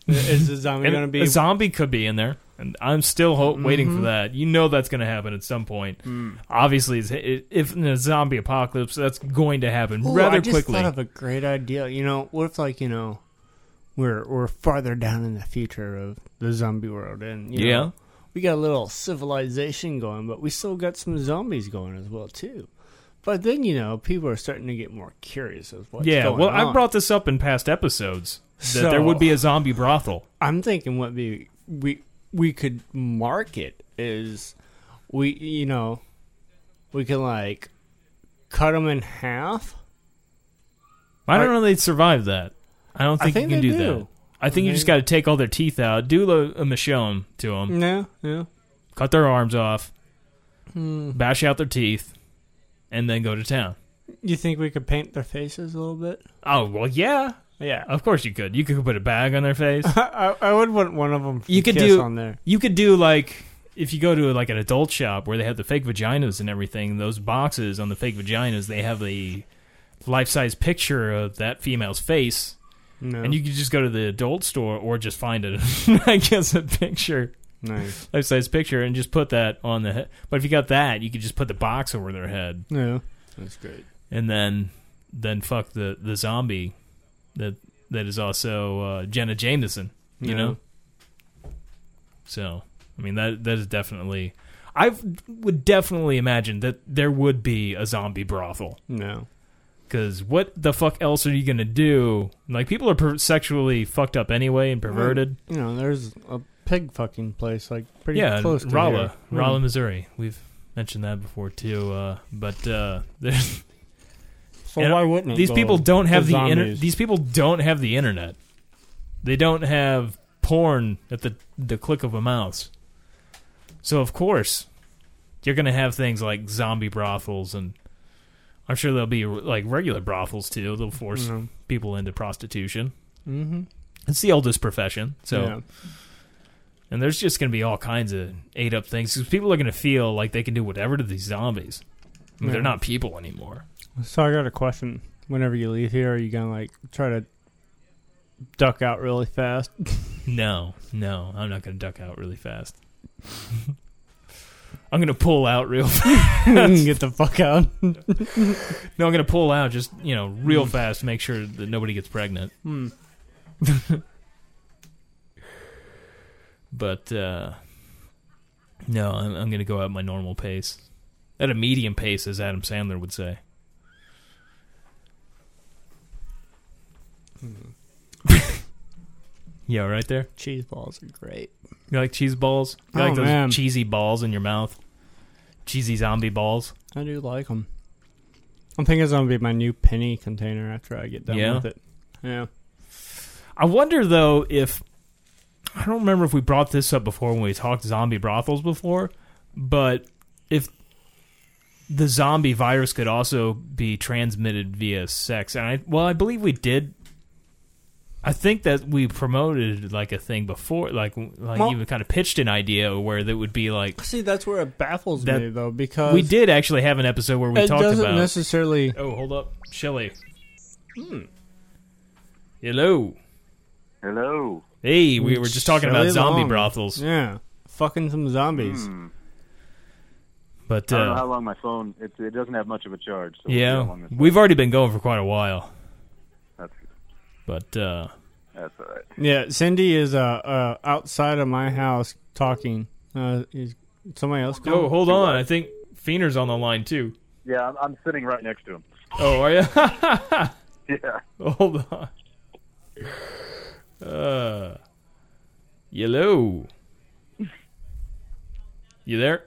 Is the zombie
And
going to be.
a zombie could be in there, and I'm still ho- waiting for
Mhm.
that. You know that's going to happen at some point.
Mm.
Obviously, it's- it- if in a zombie apocalypse, that's going to happen
Ooh,
rather
I just
quickly.
thought of a great idea. You know, what if, like, you know, we're, we're farther down in the future of the zombie world and, you
Yeah.
know, we got a little civilization going, but we still got some zombies going as well, too. But then, you know, people are starting to get more curious as what's
yeah,
going
well,
on.
I brought this up in past episodes that there
So-
would be a zombie brothel.
I'm thinking what we we we could market is we you know we could like cut them in half.
I don't
I-
know they'd survive that. I don't
I
think,
think
you can
they
do, that.
do.
I think you
They-
just got to take all their teeth out, do a, a Michonne to them,
No, no.
cut their arms off,
Hmm.
bash out their teeth, and then go to town.
You think we could paint their faces a little bit?
Oh well, yeah,
Yeah,
of course you could. You could put a bag on their face.
I, I would want one of them.
you could do
on there.
You could do like if you go to like an adult shop where they have the fake vaginas and everything. Those boxes on the fake vaginas, they have a life-size picture of that female's face,
No,
and you could just go to the adult store or just find a, I guess, a picture
nice.
life-size picture and just put that on the head. But if you got that, you could just put the box over their head
No, that's great.
and then then fuck the the zombie that that is also uh, Jenna Jameson. You
Yeah.
know. So I mean that that is definitely I would definitely imagine that there would be a zombie brothel
No,
because what the fuck else are you gonna do? Like people are per- sexually fucked up anyway and perverted.
You know, there's a pig fucking place like pretty
yeah,
close to
Rolla,
here. Hmm.
Rolla, Missouri. We've mentioned that before too. Uh, but uh, there's
So
And
why wouldn't it
these
go
people don't
to
have the inter-
zombies?
these people don't have the internet. They don't have porn at the the click of a mouse. So of course, you're going to have things like zombie brothels and I'm sure there'll be like regular brothels too. They'll force
Mhm.
people into prostitution.
Mhm.
It's the oldest profession. So
Yeah.
and there's just going to be all kinds of ate up things 'cause people are going to feel like they can do whatever to these zombies. I mean, They're
Yeah.
not people anymore.
So I got a question. Whenever you leave here, are you gonna like try to duck out really fast?
No, no, I'm not going to duck out really fast. I'm going to pull out real fast.
and get the fuck out.
No, I'm going to pull out just, you know, real fast, make sure that nobody gets pregnant.
Hmm.
But, uh, no, I'm, I'm going to go at my normal pace. At a medium pace, as Adam Sandler would say.
Hmm.
yeah, right there.
Cheese balls are great.
You like cheese balls? You
Oh,
like those
man.
cheesy balls in your mouth? Cheesy zombie balls?
I do like them. I think it's gonna be my new penny container after I get done
Yeah.
with it. Yeah.
I wonder though if I don't remember if we brought this up before when we talked zombie brothels before, but if the zombie virus could also be transmitted via sex, and I well, I believe we did. I think that we promoted like a thing before, like like
Well-
even kind of pitched an idea where that would be like
See, that's where it baffles
That-
me though, because
we did actually have an episode where we
it
talked
doesn't
about.
necessarily.
oh, hold up, Shelly. Hmm. Hello.
Hello.
Hey, we were just talking about
Shelley
zombie
Long.
brothels.
Yeah, fucking some zombies.
Hmm.
But
I don't know how
uh,
long my phone. It, it doesn't have much of a charge. So we'll see how
yeah,
long this-
we've already been going for quite a while.
That's
But uh,
that's all right.
Yeah, Cindy is uh, uh outside of my house talking. Uh, is somebody else?
oh,
Go
hold on, I think Fiener's on the line too.
Yeah, I'm, I'm sitting right next to him.
Oh, are you?
Yeah.
hold on. Uh, hello. You there?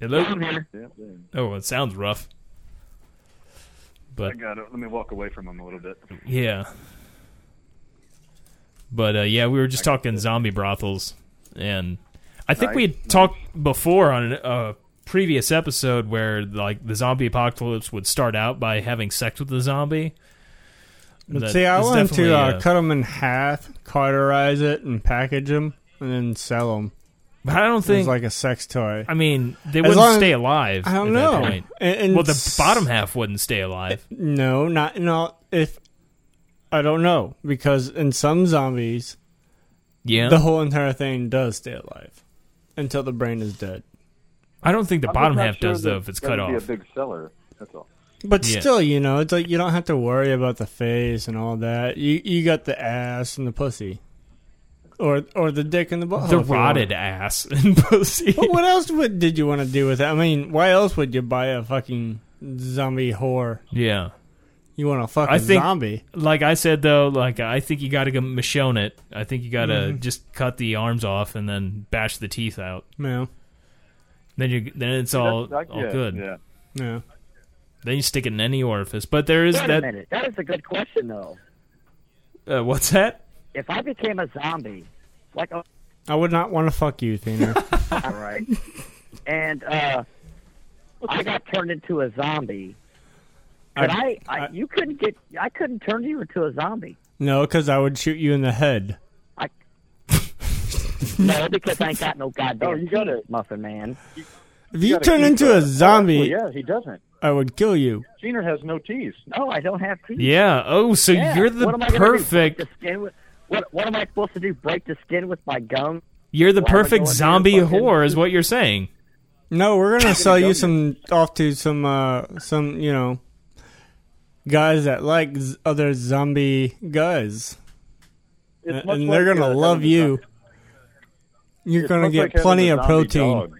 Hello.
Yeah, I'm here. Yeah, yeah.
Oh, it sounds rough. But
I got it. Let me walk away from him a little bit.
Yeah. But uh, yeah, we were just talking zombie brothels, and I think we
Nice,
had talked before on a previous episode where like the zombie apocalypse would start out by having sex with the zombie.
But
That
see, I
is
want
definitely,
to uh,
uh,
cut them in half, cauterize it, and package them, and then sell them.
But I don't think-
it's like a sex toy.
I mean, they
As
wouldn't
long-
stay alive.
I don't
at
know.
That point.
And- and
well, the
s-
bottom half wouldn't stay alive.
No, not no. If I don't know, because in some zombies,
Yeah.
the whole entire thing does stay alive until the brain is dead.
I don't think the
I'm just
bottom
not
half
sure
does
that
though if it's
that
cut
would
off.
Be a big seller. That's all.
But
Yeah.
still, you know, it's like you don't have to worry about the face and all that. You you got the ass and the pussy, or or the dick and the butt.
The rotted ass and pussy.
But what else would did you want to do with that? I mean, why else would you buy a fucking zombie whore?
Yeah.
You want to fuck a
I think,
zombie?
Like I said though, like I think you got to go Michonne it. I think you got to
Mm-hmm.
Mhm.
just cut the arms off and then bash the teeth out.
No,
Then you then it's all
that's-
all
yeah,
good.
yeah. no.
Then you stick it in any orifice. But there is
Wait a
that.
minute. That is a good question, though.
Uh, what's that?
If I became a zombie, like a,
I would not want to fuck you, Thina.
all right, and uh, I got turned into a zombie, but I, I, you couldn't get, I couldn't turn you into a zombie.
no, because I would shoot you in the head.
No, because I ain't got no goddamn.
Oh, you got
teeth, Muffin Man.
If you, turn into a zombie,
yeah, he doesn't.
I would kill you.
Gina has no teeth.
No, I don't have teeth.
Yeah. Oh, so
Yeah,
you're the
what am I gonna do,
perfect.
break the skin with- what, what am I supposed to do? Break the skin with my gum?
You're the
Why am I
perfect
going to
zombie
fucking-
whore, is what you're saying.
No, we're gonna sell you some off to some uh some you know guys that like z- other zombie guys,
It's
and,
much
and they're
like,
gonna
uh,
love
having a
you. You're
It's
gonna
much
get
like having
plenty
a
of
zombie
protein.
dog.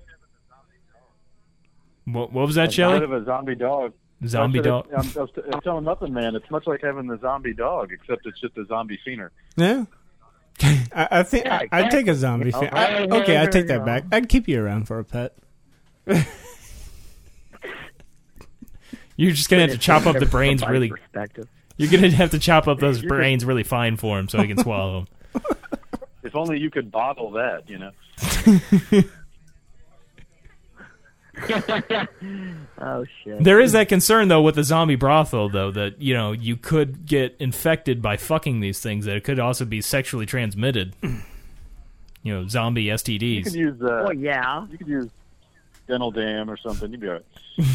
What, what was
I'm tired
that, Shelly?
of a zombie dog.
Zombie
I said it-
dog.
I'm, I was t- I was telling nothing, man. It's much like having the zombie dog, except it's just a zombie fiender.
Yeah. I, I think I, I'd take a zombie. Fan. I, okay, I take that back. I'd keep you around for a pet.
You're just gonna have to chop up the brains
Somebody's
really.
perspective.
You're gonna have to chop up those
You're gonna-
brains really fine for him so he can swallow them.
If only you could bottle that, you know.
oh shit.
There is that concern though with the zombie brothel though that you know you could get infected by fucking these things that it could also be sexually transmitted. You know, zombie
You could
STDs.
use. Uh,
well, yeah.
You could use dental dam or something. You'd be all right.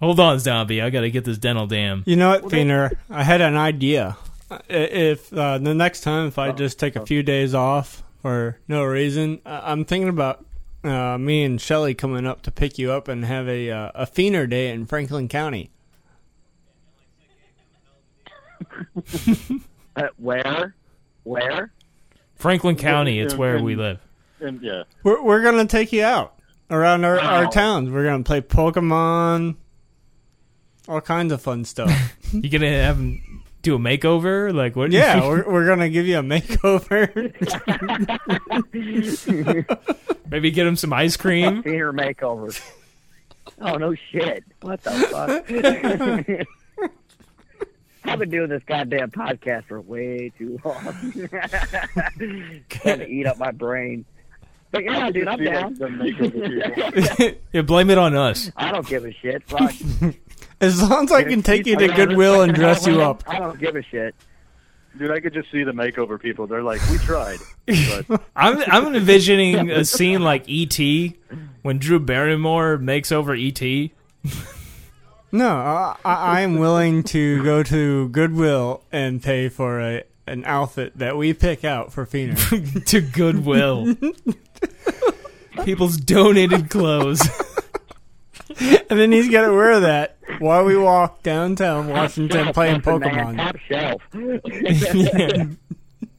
Hold on, zombie. I got to get this dental dam.
You know what, Feener? I had an idea. I- If uh, the next time, if I just take a few days off for no reason, I- I'm thinking about uh, me and Shelly coming up to pick you up and have a uh, a Feener day in Franklin County.
Uh, where? Where?
Franklin County, it's
And-
where
and-
we live.
And yeah,
We're we're gonna take you out around our,
Wow.
our towns. We're gonna play Pokemon, all kinds of fun stuff.
You going to have him do a makeover? Like what?
yeah, we're we're gonna give you a makeover.
maybe get him some ice cream.
Feeder makeover. Oh no shit! What the fuck? I've been doing this goddamn podcast for way too long. Trying to eat up my brain. But yeah, dude, I'm
Be like
down.
the maker of the
yeah, blame it on us.
I don't give a shit. Fuck.
As long as I can take you to Goodwill and dress you up.
I don't give a shit.
Dude, I could just see the makeover people. They're like, we tried. But
I'm I'm envisioning a scene like E.T. when Drew Barrymore makes over E E.T.
No, I, I am willing to go to Goodwill and pay for a an outfit that we pick out for Phoenix.
to Goodwill. People's donated clothes.
and then he's gonna wear that while we walk downtown Washington playing Pokemon.
Top shelf.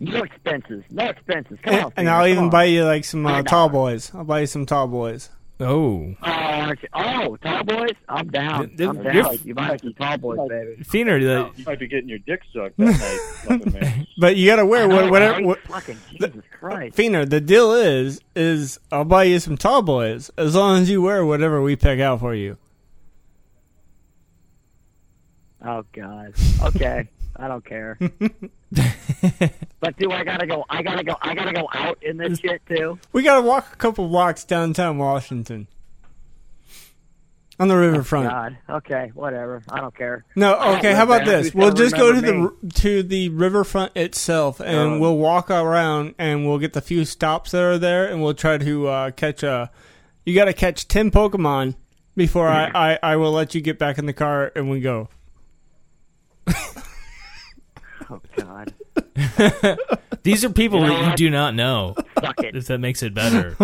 No expenses. No expenses. Oh, Come on.
And I'll even buy you like some uh, tall boys. I'll buy you some tall boys.
Oh.
Oh, oh, tall boys, I'm down.
Th-
I'm
th-
down. You might have some tall boys, baby.
Feener, the,
you might be getting your dick sucked that night. fucking man.
But you gotta wear what,
Oh,
whatever.
right?
What,
Fucking Jesus Christ.
Feener, the deal is, is I'll buy you some tall boys as long as you wear whatever we pick out for you.
Oh God. Okay. I don't care. but do I gotta go? I gotta go. I gotta go out in this shit too.
We gotta walk a couple blocks downtown Washington. On the riverfront.
God. Okay. Whatever. I don't care.
No,
I don't
okay. How
live
about
there.
this?
Who's
We'll
gonna
just go to
remember
the to the riverfront itself, and
Um,
we'll walk around, and we'll get the few stops that are there, and we'll try to uh, catch a. You got to catch ten Pokemon before I, I I will let you get back in the car and we go.
Oh God.
these are people
You know
that you
what?
do not know.
Fuck it.
If that makes it better.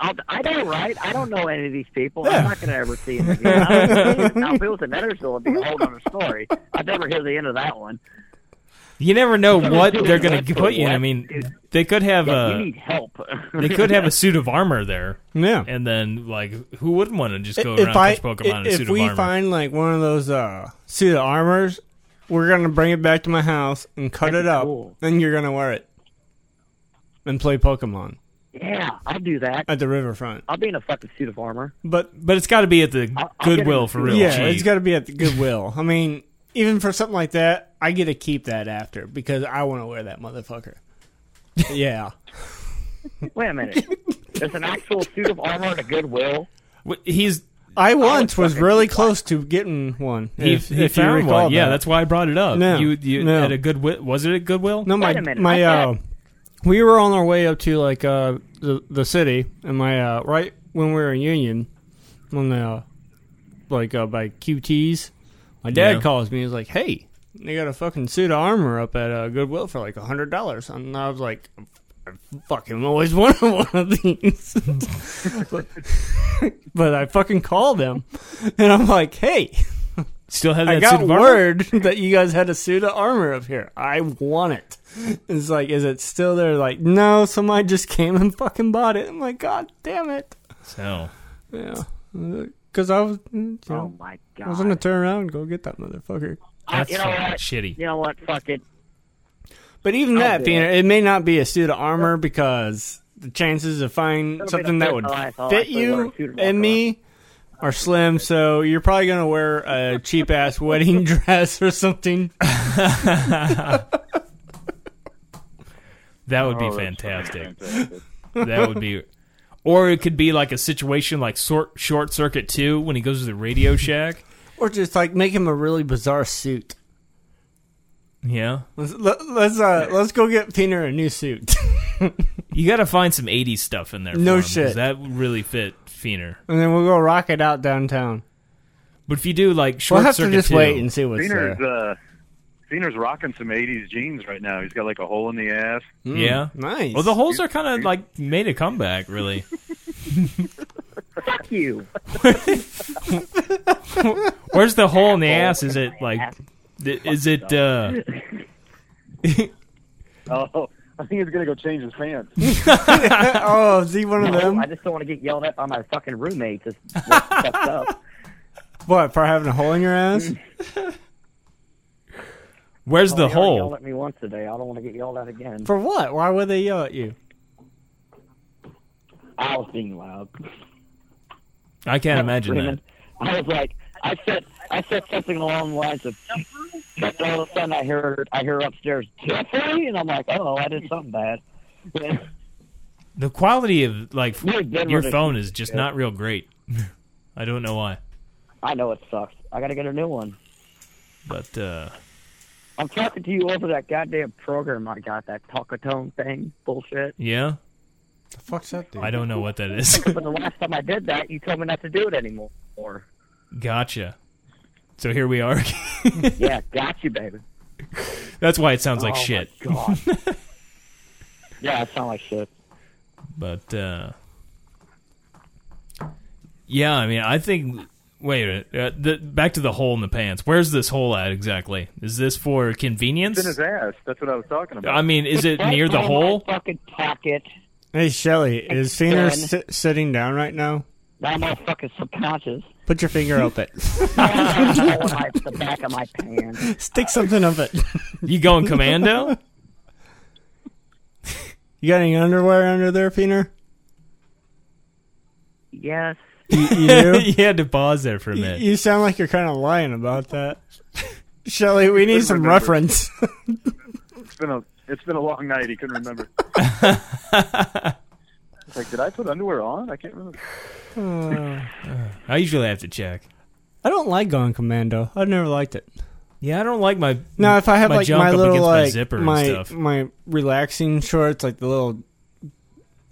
I'll, I know, right? I don't know any of these people. I'm not gonna ever see them again. I don't now, if it was an Edersol, it'd be a whole other story. I'd never hear the end of that one.
You never know
Dude,
what
dude,
they're going to
what
put you in.
the
I mean,
what, dude?
they could have
Yeah, you
a
need help.
Uh, they could have a suit of armor there.
Yeah.
And then like who wouldn't want to just go around
if I
catch Pokemon in a
if
suit
we
of armor?
find like one of those uh, suit of armors, we're gonna bring it back to my house and cut
That'd
it
be
up.
cool.
Then you're gonna wear it and play Pokemon
Yeah, I'll do that.
at the riverfront.
I'll be in a fucking suit of armor.
But
but it's got to be at the
I'll get
Goodwill
it.
for real.
Yeah,
cheap.
it's got to be at the Goodwill. I mean, even for something like that, I get to keep that after because I want to wear that motherfucker. yeah.
Wait a minute. There's an actual suit of armor at a Goodwill.
Wh- He's
I once was really close to getting one.
he,
if,
he
if you
found
recall
one. Yeah,
that.
that's why I brought it up.
No,
you, you
no.
at a Goodwill? Was it at Goodwill?
No, my
Wait a minute,
my
I
uh, we were on our way up to like uh the the city, and my uh right when we were in Union, on the uh, like uh by QTs, my dad
Yeah.
calls me. He's like, "Hey, they got a fucking suit of armor up at uh, Goodwill for like a hundred dollars," and I was like. I fucking always wanted one of these, but, but I fucking called them, and I'm like, "Hey,
Still has that
I got
suit of armor?
word that you guys had a suit of armor up here. I want it. It's like, is it still there? Like, no, somebody just came and fucking bought it. I'm like, God damn it.
So
Yeah. Because I was, you
Oh
know,
my
I was going to
god.
turn around and go get that motherfucker.
Uh,
that's
you know
fucking
what?
shitty.
You know what? Fuck it.
But even
I'll
that,
do
being, it may not be a suit of armor because the chances of finding
Little bit
something
of
that
fit
would
on life, I'll
fit
actually wear a
you
suit and walk
and me are slim. So you're probably going to wear a cheap ass wedding dress or something.
That would be
Oh, that's
fantastic.
fantastic.
that would be, or it could be like a situation like sort, Short Circuit Two when he goes to the Radio Shack.
Or just like make him a really bizarre suit.
Yeah,
Let's let, let's uh let's go get Peter a new suit.
you got to find some '80s stuff in there.
No
for him, 'cause
shit.
that would really fit Feener.
and then we'll go rock it out downtown.
But if you do like Short
we'll have to
Circuit
just
2,
wait and see what's
Feener's,
there.
uh, Feener's rocking some 80s jeans right now. He's got like a hole in the ass.
yeah,
Nice.
Well, the holes are kind of like made a comeback, really.
Fuck you.
Where's the hole in the ass? Is it like, th- is it? uh
Oh, I think he's going to go change his pants.
oh, is he one of
No, I
them?
just don't want to get yelled at by my fucking roommates. It's it's fucked up.
What for having a hole in your ass?
Where's
They
the
already Yelled
hole?
at me once today. I don't want to get yelled at again.
For what? Why would they yell at you?
I was being loud.
I can't imagine
Freeman. I was like, I said, I said something along the lines of, but all of a sudden I heard, I hear upstairs Jeffrey, and I'm like, oh, I did something bad.
that. The quality of like
You're good
your
with it.
phone is just
Yeah.
not real great. I don't know why,
I know it sucks. I gotta get a new one.
but uh,
I'm talking to you over that goddamn program I got, that Talkatone thing, bullshit.
yeah,
The fuck's that,
I don't know what that is.
but the last time I did that, you told me not to do it anymore.
gotcha. So here we are.
yeah, got you, baby.
That's why it sounds like
Oh my
shit.
God. yeah, it sounds like shit.
But uh, yeah, I mean, I think. Wait a minute. Uh, the, back to the hole in the pants. Where's this hole at exactly? Is this for
It's
convenience?
in his ass. That's what I was talking about.
I mean, is it near the hole?
Fucking pocket.
Hey, Shelly, is Cena
done.
sit sitting down right now?
Now my fucking subconscious.
Put your finger up it.
my, the back of my pants.
Stick something up it.
You going commando?
you got any underwear under there, Feener?
Yes.
You, you do?
you had to pause there for a minute.
You sound like you're kind of lying about that. Shelly, we need some reference.
It's been a it's been a long night. He couldn't remember. it's like, did I put underwear on? I can't remember.
I usually have to check.
I don't like going commando. I've never liked it.
Yeah, I don't like my
No, if I have
my
like
junk
my
up
little
against
like
my zipper
my,
and stuff.
my relaxing shorts, like the little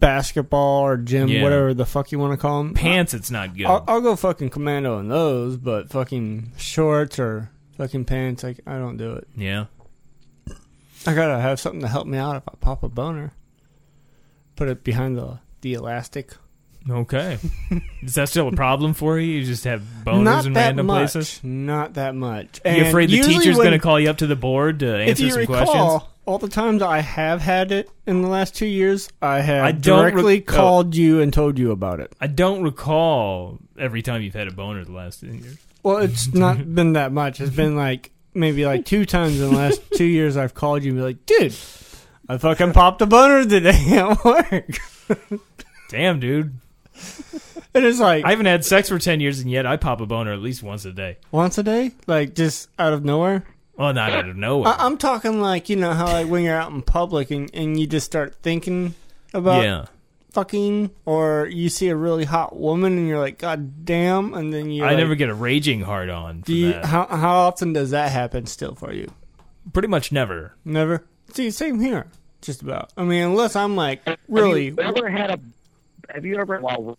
basketball or gym,
Yeah.
whatever the fuck you want to call them,
Pants, it's not good.
I'll, I'll go fucking commando in those, but fucking shorts or fucking pants, like I don't do it.
yeah,
I gotta have something to help me out if I pop a boner. Put it behind the the elastic.
okay. Is that still a problem for you? You just have boners
Not
in
that
random
much.
places.
Not that much.
You
And
afraid the
usually
teacher's
when-
going to call you up to the board to
If
answer
you
some
recall,
questions?
all the times I have had it in the last two years, I have
I don't rec-
directly
oh.
called you and told you about it.
I don't recall every time you've had a boner the last ten years.
Well, it's not been that much. It's been like maybe like two times in the last two years I've called you and be like, dude, I fucking popped a boner today at work.
Damn, dude.
It is like
I haven't had sex for ten years, and yet I pop a boner at least once a day.
once a day, like just out of nowhere.
Well, not out of nowhere.
I- I'm talking like you know how like when you're out in public and, and you just start thinking about
yeah,
fucking, or you see a really hot woman and you're like, God damn, and then you.
I
like,
never get a raging hard on.
Do you,
that.
how how often does that happen still for you?
Pretty much never.
Never. See, same here. Just about. I mean, unless I'm like really.
Have you ever had a? Have you ever? Well,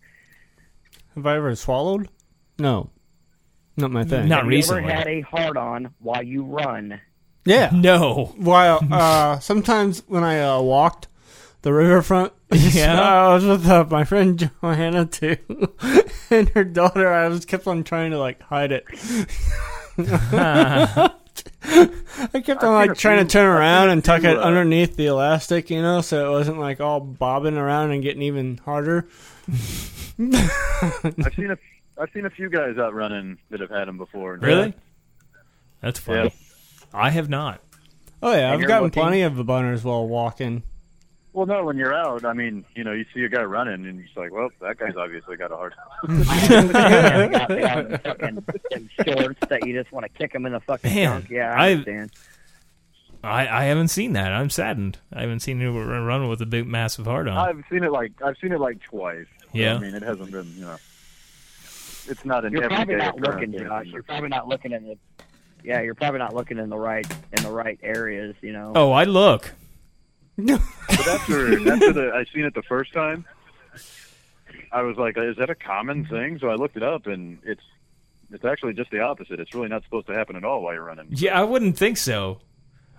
Have I ever swallowed? No, not my thing.
Not
have
recently.
You ever had a hard on while you run?
Yeah.
No.
While uh, sometimes when I uh, walked the riverfront, yeah, I was with uh, my friend Johanna too, and her daughter. I was kept on trying to like hide it. I kept on like trying to turn around and tuck it underneath the elastic, you know, so it wasn't like all bobbing around and getting even harder.
I've seen a I've seen a few guys out running that have had them before.
Really? That's funny.
Yeah.
I have not.
Oh yeah,
And
I've
you're
gotten
looking-
plenty of boners while walking.
Well, no. When you're out, I mean, you know, you see a guy running, and you're just like, well, that guy's obviously got a hard.
Goddamn fucking them shorts that you just want to kick them in the fucking
Man,
junk. Yeah,
I-
I understand.
I, I haven't seen that. I'm saddened. I haven't seen anyone run with a big, massive hard on.
I've seen it like I've seen it like twice.
Yeah.
I mean, it hasn't been you know. It's not an
You're probably
everyday
not looking,
occurrence.
Josh. You're probably not looking in the. Yeah, you're probably not looking in the right in the right areas. You know.
Oh, I look.
But after after the, I seen it the first time, I was like, "Is that a common thing?" So I looked it up, and it's it's actually just the opposite. It's really not supposed to happen at all while you're running.
Yeah, I wouldn't think so.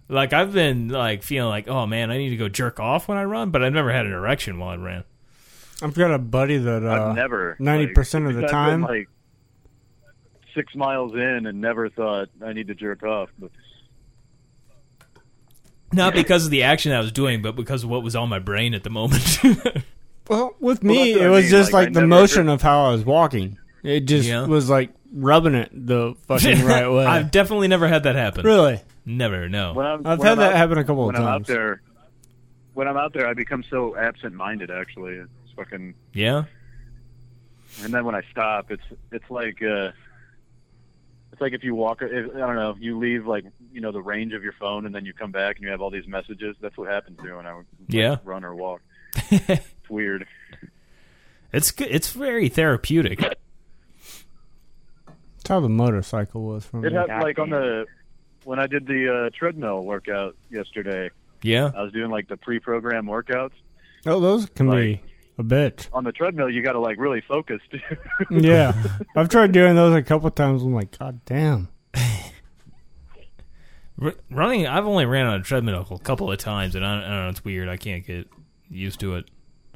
Like I've been like feeling like, oh man, I need to go jerk off when I run, but I've never had an erection while I ran.
I've got a buddy that uh,
I've never
ninety percent of the
I've been,
time.
like six miles in, and never thought I need to jerk off. But
Not because of the action I was doing, but because of what was on my brain at the moment.
Well, with
Well,
me,
that's what
it
I
was
mean,
just
like,
like,
I
the
never
motion of how I was walking. It just
Yeah.
was like rubbing it the fucking right way.
I've definitely never had that happen.
Really?
Never. No.
when I'm,
I've
when
had
I'm
that
out-
happen a couple of
when I'm out
times.
there, when I'm out there, I become so absent-minded. Actually, it's fucking
Yeah.
and then when I stop, it's it's like uh, it's like if you walk, if, I don't know, you leave like you know the range of your phone, and then you come back and you have all these messages. That's what happens to me when I like,
Yeah.
run or walk. it's weird.
It's good. It's very therapeutic.
That's how the motorcycle was for me.
It had like on the when I did the uh, treadmill workout yesterday.
Yeah.
I was doing like the pre-program workouts
Oh, those can be a bitch.
on the treadmill. You got to like really focus. dude.
yeah, I've tried doing those a couple times. I'm like, God damn.
R- running. I've only ran on a treadmill a couple of times, and I, I don't know. It's weird. I can't get used to it.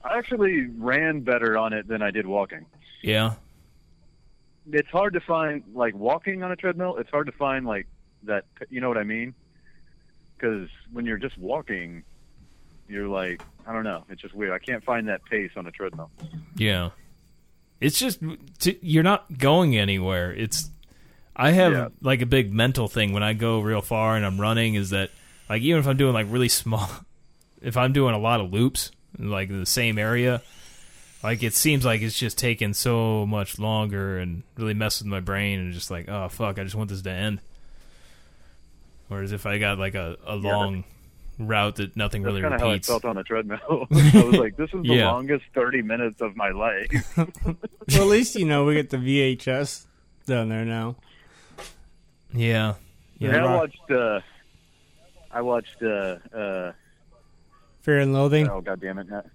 I actually ran better on it than I did walking.
Yeah.
It's hard to find like walking on a treadmill. It's hard to find like that. You know what I mean? Because when you're just walking, you're like I don't know. It's just weird. I can't find that pace on a treadmill.
Yeah. It's just t- you're not going anywhere. It's I have
Yeah.
like a big mental thing when I go real far and I'm running is that like even if I'm doing like really small if I'm doing a lot of loops like in the same area like it seems like it's just taking so much longer and really messing with my brain and just like oh fuck I just want this to end. Whereas if I got like a, a long route that nothing
That's
really
kind of how I
repeats.
felt on a treadmill. I was like, this is the
Yeah.
longest thirty minutes of my life.
Well, at least you know we get the VHS down there now.
Yeah.
And I watched. Uh, I watched. Uh, uh,
Fear and Loathing.
oh god damn it! not-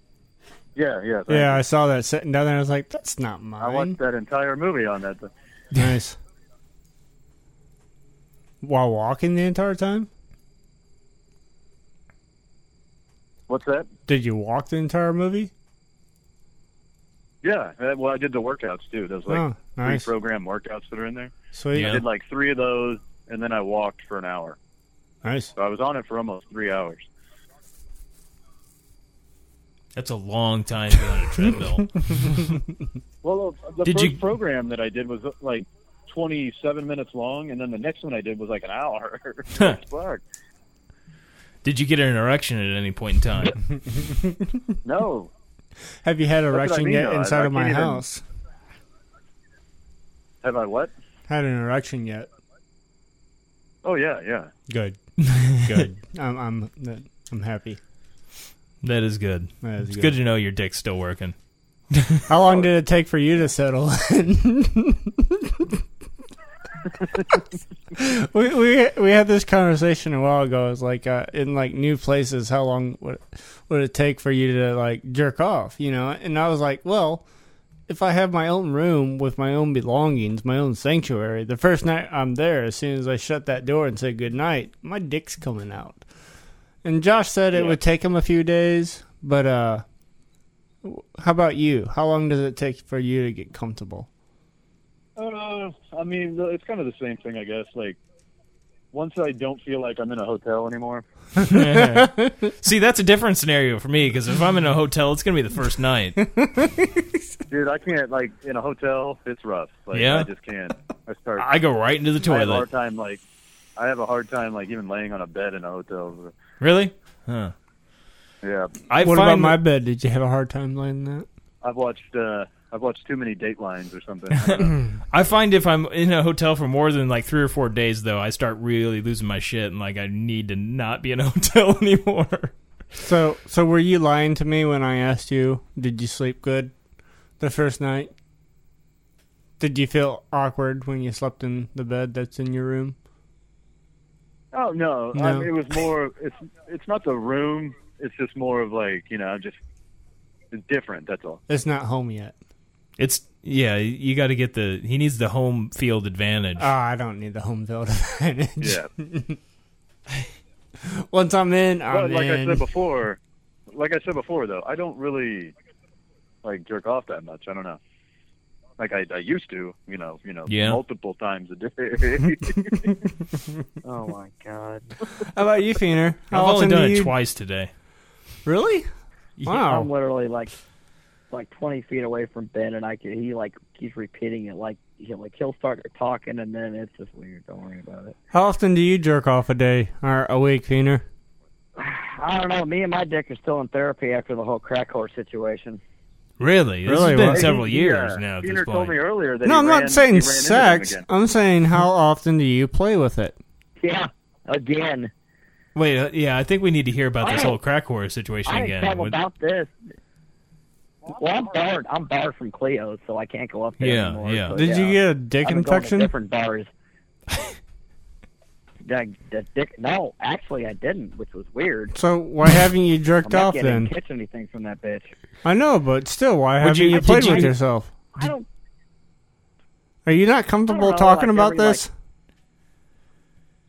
Yeah, yeah. thank
yeah,
you.
I saw that sitting down there. I was like, that's not mine.
I watched that entire movie on that. thing.
Nice. While walking the entire time?
What's that?
Did you walk the entire movie?
Yeah. uh, Well, I did the workouts too. Those like
Oh, nice.
three program workouts that are in there.
Sweet.
I
Yeah.
did like three of those, and then I walked for an hour.
Nice.
So I was on it for almost three hours.
That's a long time to be on a treadmill.
Well, the
Did
first
you-
program that I did was like 27 minutes long, and then the next one I did was like an hour. Fuck.
Did you get an erection at any point in time?
No.
Have you had
That's what I
erection
mean,
yet
though. I-
inside
I
of my
can't even-
house?
Have I what?
Had an erection yet?
Oh yeah, yeah.
Good. Good. I'm I'm I'm happy.
that is good.
That is
it's
good.
good. to know your dick's still working.
How long did it take for you to settle in? we we we had this conversation a while ago. It's like uh, in like new places, how long would would it take for you to like jerk off? You know, and I was like, well, if I have my own room with my own belongings, my own sanctuary, the first night I'm there, as soon as I shut that door and say good night, my dick's coming out. And Josh said it would take him a few days, but uh, w- how about you? How long does it take for you to get comfortable?
Uh, I mean, the- it's kind of the same thing, I guess. Like, once I don't feel like I'm in a hotel anymore,
See, that's a different scenario for me because if I'm in a hotel, it's gonna be the first night.
dude, I can't. Like, in a hotel, it's rough. Like,
Yeah?
I just can't. I start.
I go right into the
I have a
toilet.
hard time. Like, I have a hard time. Like, even laying on a bed in a hotel.
Really? Huh.
Yeah.
I
what
find
about my bed? Did you have a hard time laying that?
I've watched. Uh, I've watched too many Datelines or something. I don't know.
I find if I'm in a hotel for more than like three or four days, though, I start really losing my shit and like I need to not be in a hotel anymore.
So, so were you lying to me when I asked you, did you sleep good the first night? Did you feel awkward when you slept in the bed that's in your room?
oh no,
No.
I mean, it was more. It's it's not the room. It's just more of like you know, just it's different. That's all.
It's not home yet.
It's yeah, you got to get the he needs the home field advantage.
Oh, I don't need the home field advantage.
Yeah.
Once I'm in,
But
I'm
like I
in.
said before, like I said before though, I don't really like jerk off that much. I don't know. Like I, I used to, you know, you know,
Yeah.
multiple times a day.
Oh my god.
How about you, Feener? How
I've only
often
done
do
it
you-
twice today.
Really? Wow.
I'm literally like like 20 feet away from Ben, and I can, he like he's repeating it like he like he'll start talking, and then it's just weird. Don't worry about it.
How often do you jerk off a day or a week, Feener?
I don't know. Me and my dick are still in therapy after the whole crack whore situation.
Really? This has
Really,
been
what?
several
Yeah.
years now at this
Peter
point.
told me earlier that
No,
he
I'm
ran,
not saying
he ran into them
sex.
again.
I'm saying how often do you play with it?
Yeah, again.
Wait, uh, yeah, I think we need to hear about this
I-
whole crack horror situation
I didn't
again.
tell
What-
about this. Well, I'm barred. I'm barred from Cleo's, so I can't go up there
Yeah,
anymore.
yeah.
so,
Did you
get a dick
Oh, I've been going to
infection?
different bars. the, the dick, no, actually, I didn't, which was weird.
So why haven't you jerked
I'm not
off
getting-
then?
Catch anything from that bitch?
I know, but still, why
Would
haven't
you-
you,
did
played with
you-
yourself?
I don't.
Are you not comfortable
know,
talking
like
about
every, like-
this?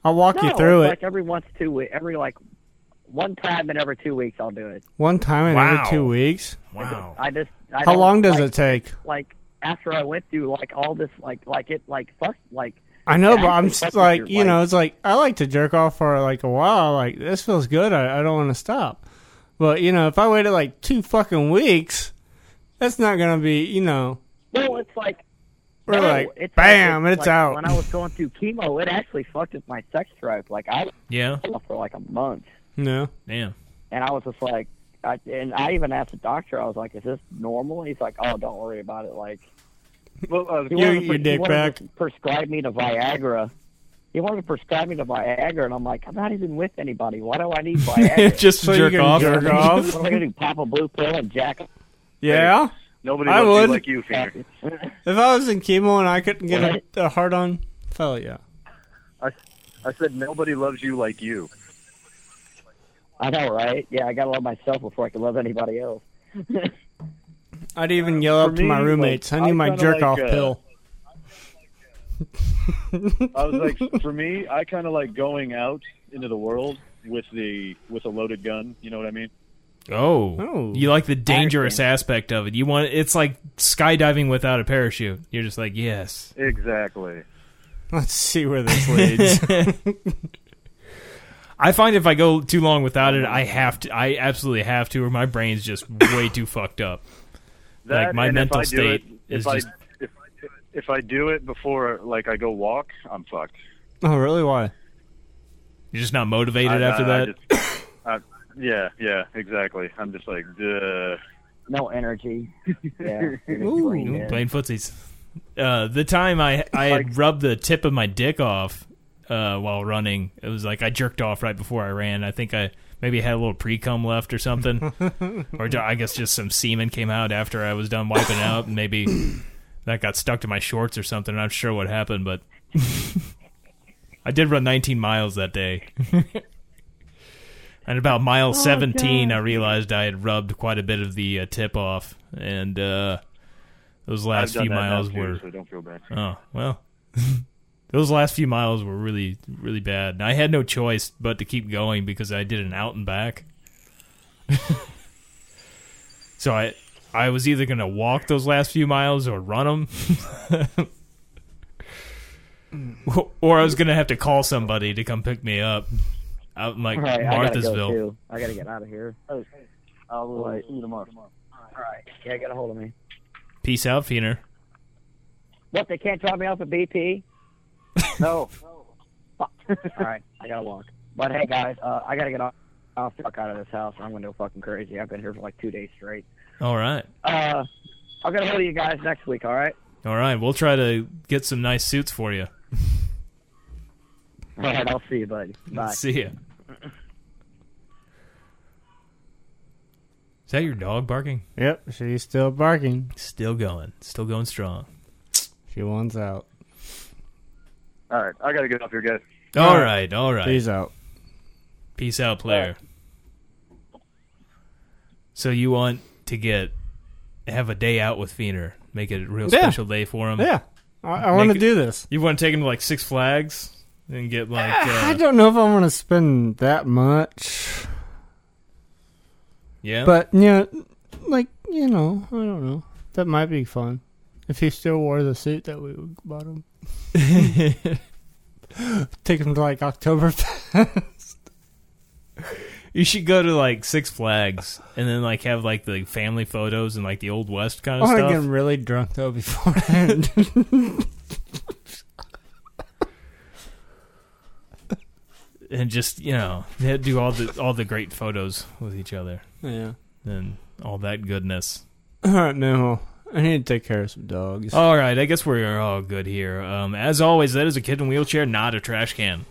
I'll walk
no,
you through
it's
it
Like every once two weeks, every like one time in every two weeks, I'll do it.
one time in
Wow.
every two weeks.
Wow. I just. I
How
don't,
long does
like-
it take?
Like after I went through like all this, like like it, like fuck, like.
I know,
it
but I'm
actually
s-
fucks with
like,
your
you
life.
know, it's like I like to jerk off for like a while. Like this feels good. I, I don't want to stop. But you know, if I waited like two fucking weeks, that's not gonna be. You know,
Well, it's like
We're
no,
like,
it's
bam,
like-
it's out.
When I was going through chemo, it actually fucked with my sex drive. Like I was
Yeah.
off for like a month,
No.
Damn.
and I was just like, I, and I even asked the doctor. I was like, "Is this normal?" He's like, "Oh, don't worry about it." Like,
well, uh,
he
You get
wanted to-
your
he
dick
wanted
back.
to prescribe me to Viagra. He wanted to prescribe me to Viagra, and I'm like, I'm not even with anybody. Why do I need Viagra?
Just
So you jerk can off? jerk off?
What am I gonna do? Pop a blue pill and jack?
yeah.
Nobody
I
loves you
would.
like you, Finger.
If I was in chemo and I couldn't get a, a hard on, hell yeah.
I, I said nobody loves you like you.
I know, right? Yeah, I gotta love myself before I can love anybody else.
I'd even yell up
Uh, For
to my
me,
roommates.
like,
I need
I
my
kinda
jerk off
like, uh,
pill.
I was like, for me, I kind of like going out into the world with the with a loaded gun. You know what I mean?
Oh.
Oh.
You like the dangerous aspect of it. You want it's like skydiving without a parachute. You're just like, yes.
Exactly.
Let's see where this leads.
I find if I go too long without it, I have to I absolutely have to or my brain's just way too fucked up.
That,
like my
and if
mental
I do
state
it,
is
if
just
I, if, if I do it before like I go walk, I'm fucked.
oh, really? Why?
you're just not motivated
I-
after
I- I
that.
just- I- yeah, yeah, exactly. I'm just like, duh.
No energy. Yeah.
Ooh, playing footsies. Uh, the time I I had rubbed the tip of my dick off uh, while running, it was like I jerked off right before I ran. I think I maybe had a little pre cum left or something, or ju- I guess just some semen came out after I was done wiping out, and maybe that got stuck to my shorts or something. I'm not sure what happened, but I did run 19 miles that day. And about mile 17, I realized I had rubbed quite a bit of the uh, tip off, and uh, those last
I've done
few
that now,
miles
too,
were.
so don't feel bad.
Oh well, those last few miles were really, really bad. And I had no choice but to keep going because I did an out and back. so I, I was either going to walk those last few miles or run them, or I was going to have to call somebody to come pick me up out in like
All right, I gotta go,
Marthasville.
too. I gotta get out of here.
I'll
Right.
see you tomorrow.
All right. Yeah, get a hold of me.
Peace out, Feener.
What? They can't drop me off at BP? no. Fuck. All right, I gotta walk. But hey, guys, uh, I gotta get off, off the fuck out of this house. I'm gonna go fucking crazy. I've been here for like two days straight.
All right.
Uh, I'll get a hold of you guys next week. All right.
All right, we'll try to get some nice suits for you.
All right. I'll see you, buddy. Bye.
See ya. Is that your dog barking?
Yep, she's still barking.
Still going, still going strong.
She wants out.
All right, I gotta get off here, guys.
All right, all right.
She's out.
Peace out, player. So you want to get have a day out with Feener, make it a real
Yeah.
special day for him.
Yeah. I, I want to
Make-
do this.
You want to take him to like Six Flags and get like
Ah, I
uh,
don't know if I want to spend that much.
yeah,
But, you know, like, you know, I don't know. That might be fun. If he still wore the suit that we bought him. Take him to, like, Oktoberfest.
You should go to like Six Flags and then like have like the family photos and like the old west
I
kind of
want to
stuff.
get him really drunk, though, beforehand.
and just you know they do all the all the great photos with each other
Yeah.
and all that goodness
All right, man. Well, I need to take care of some dogs.
All right, I guess we're all good here. Um, as always, that is a kid in a wheelchair, not a trash can.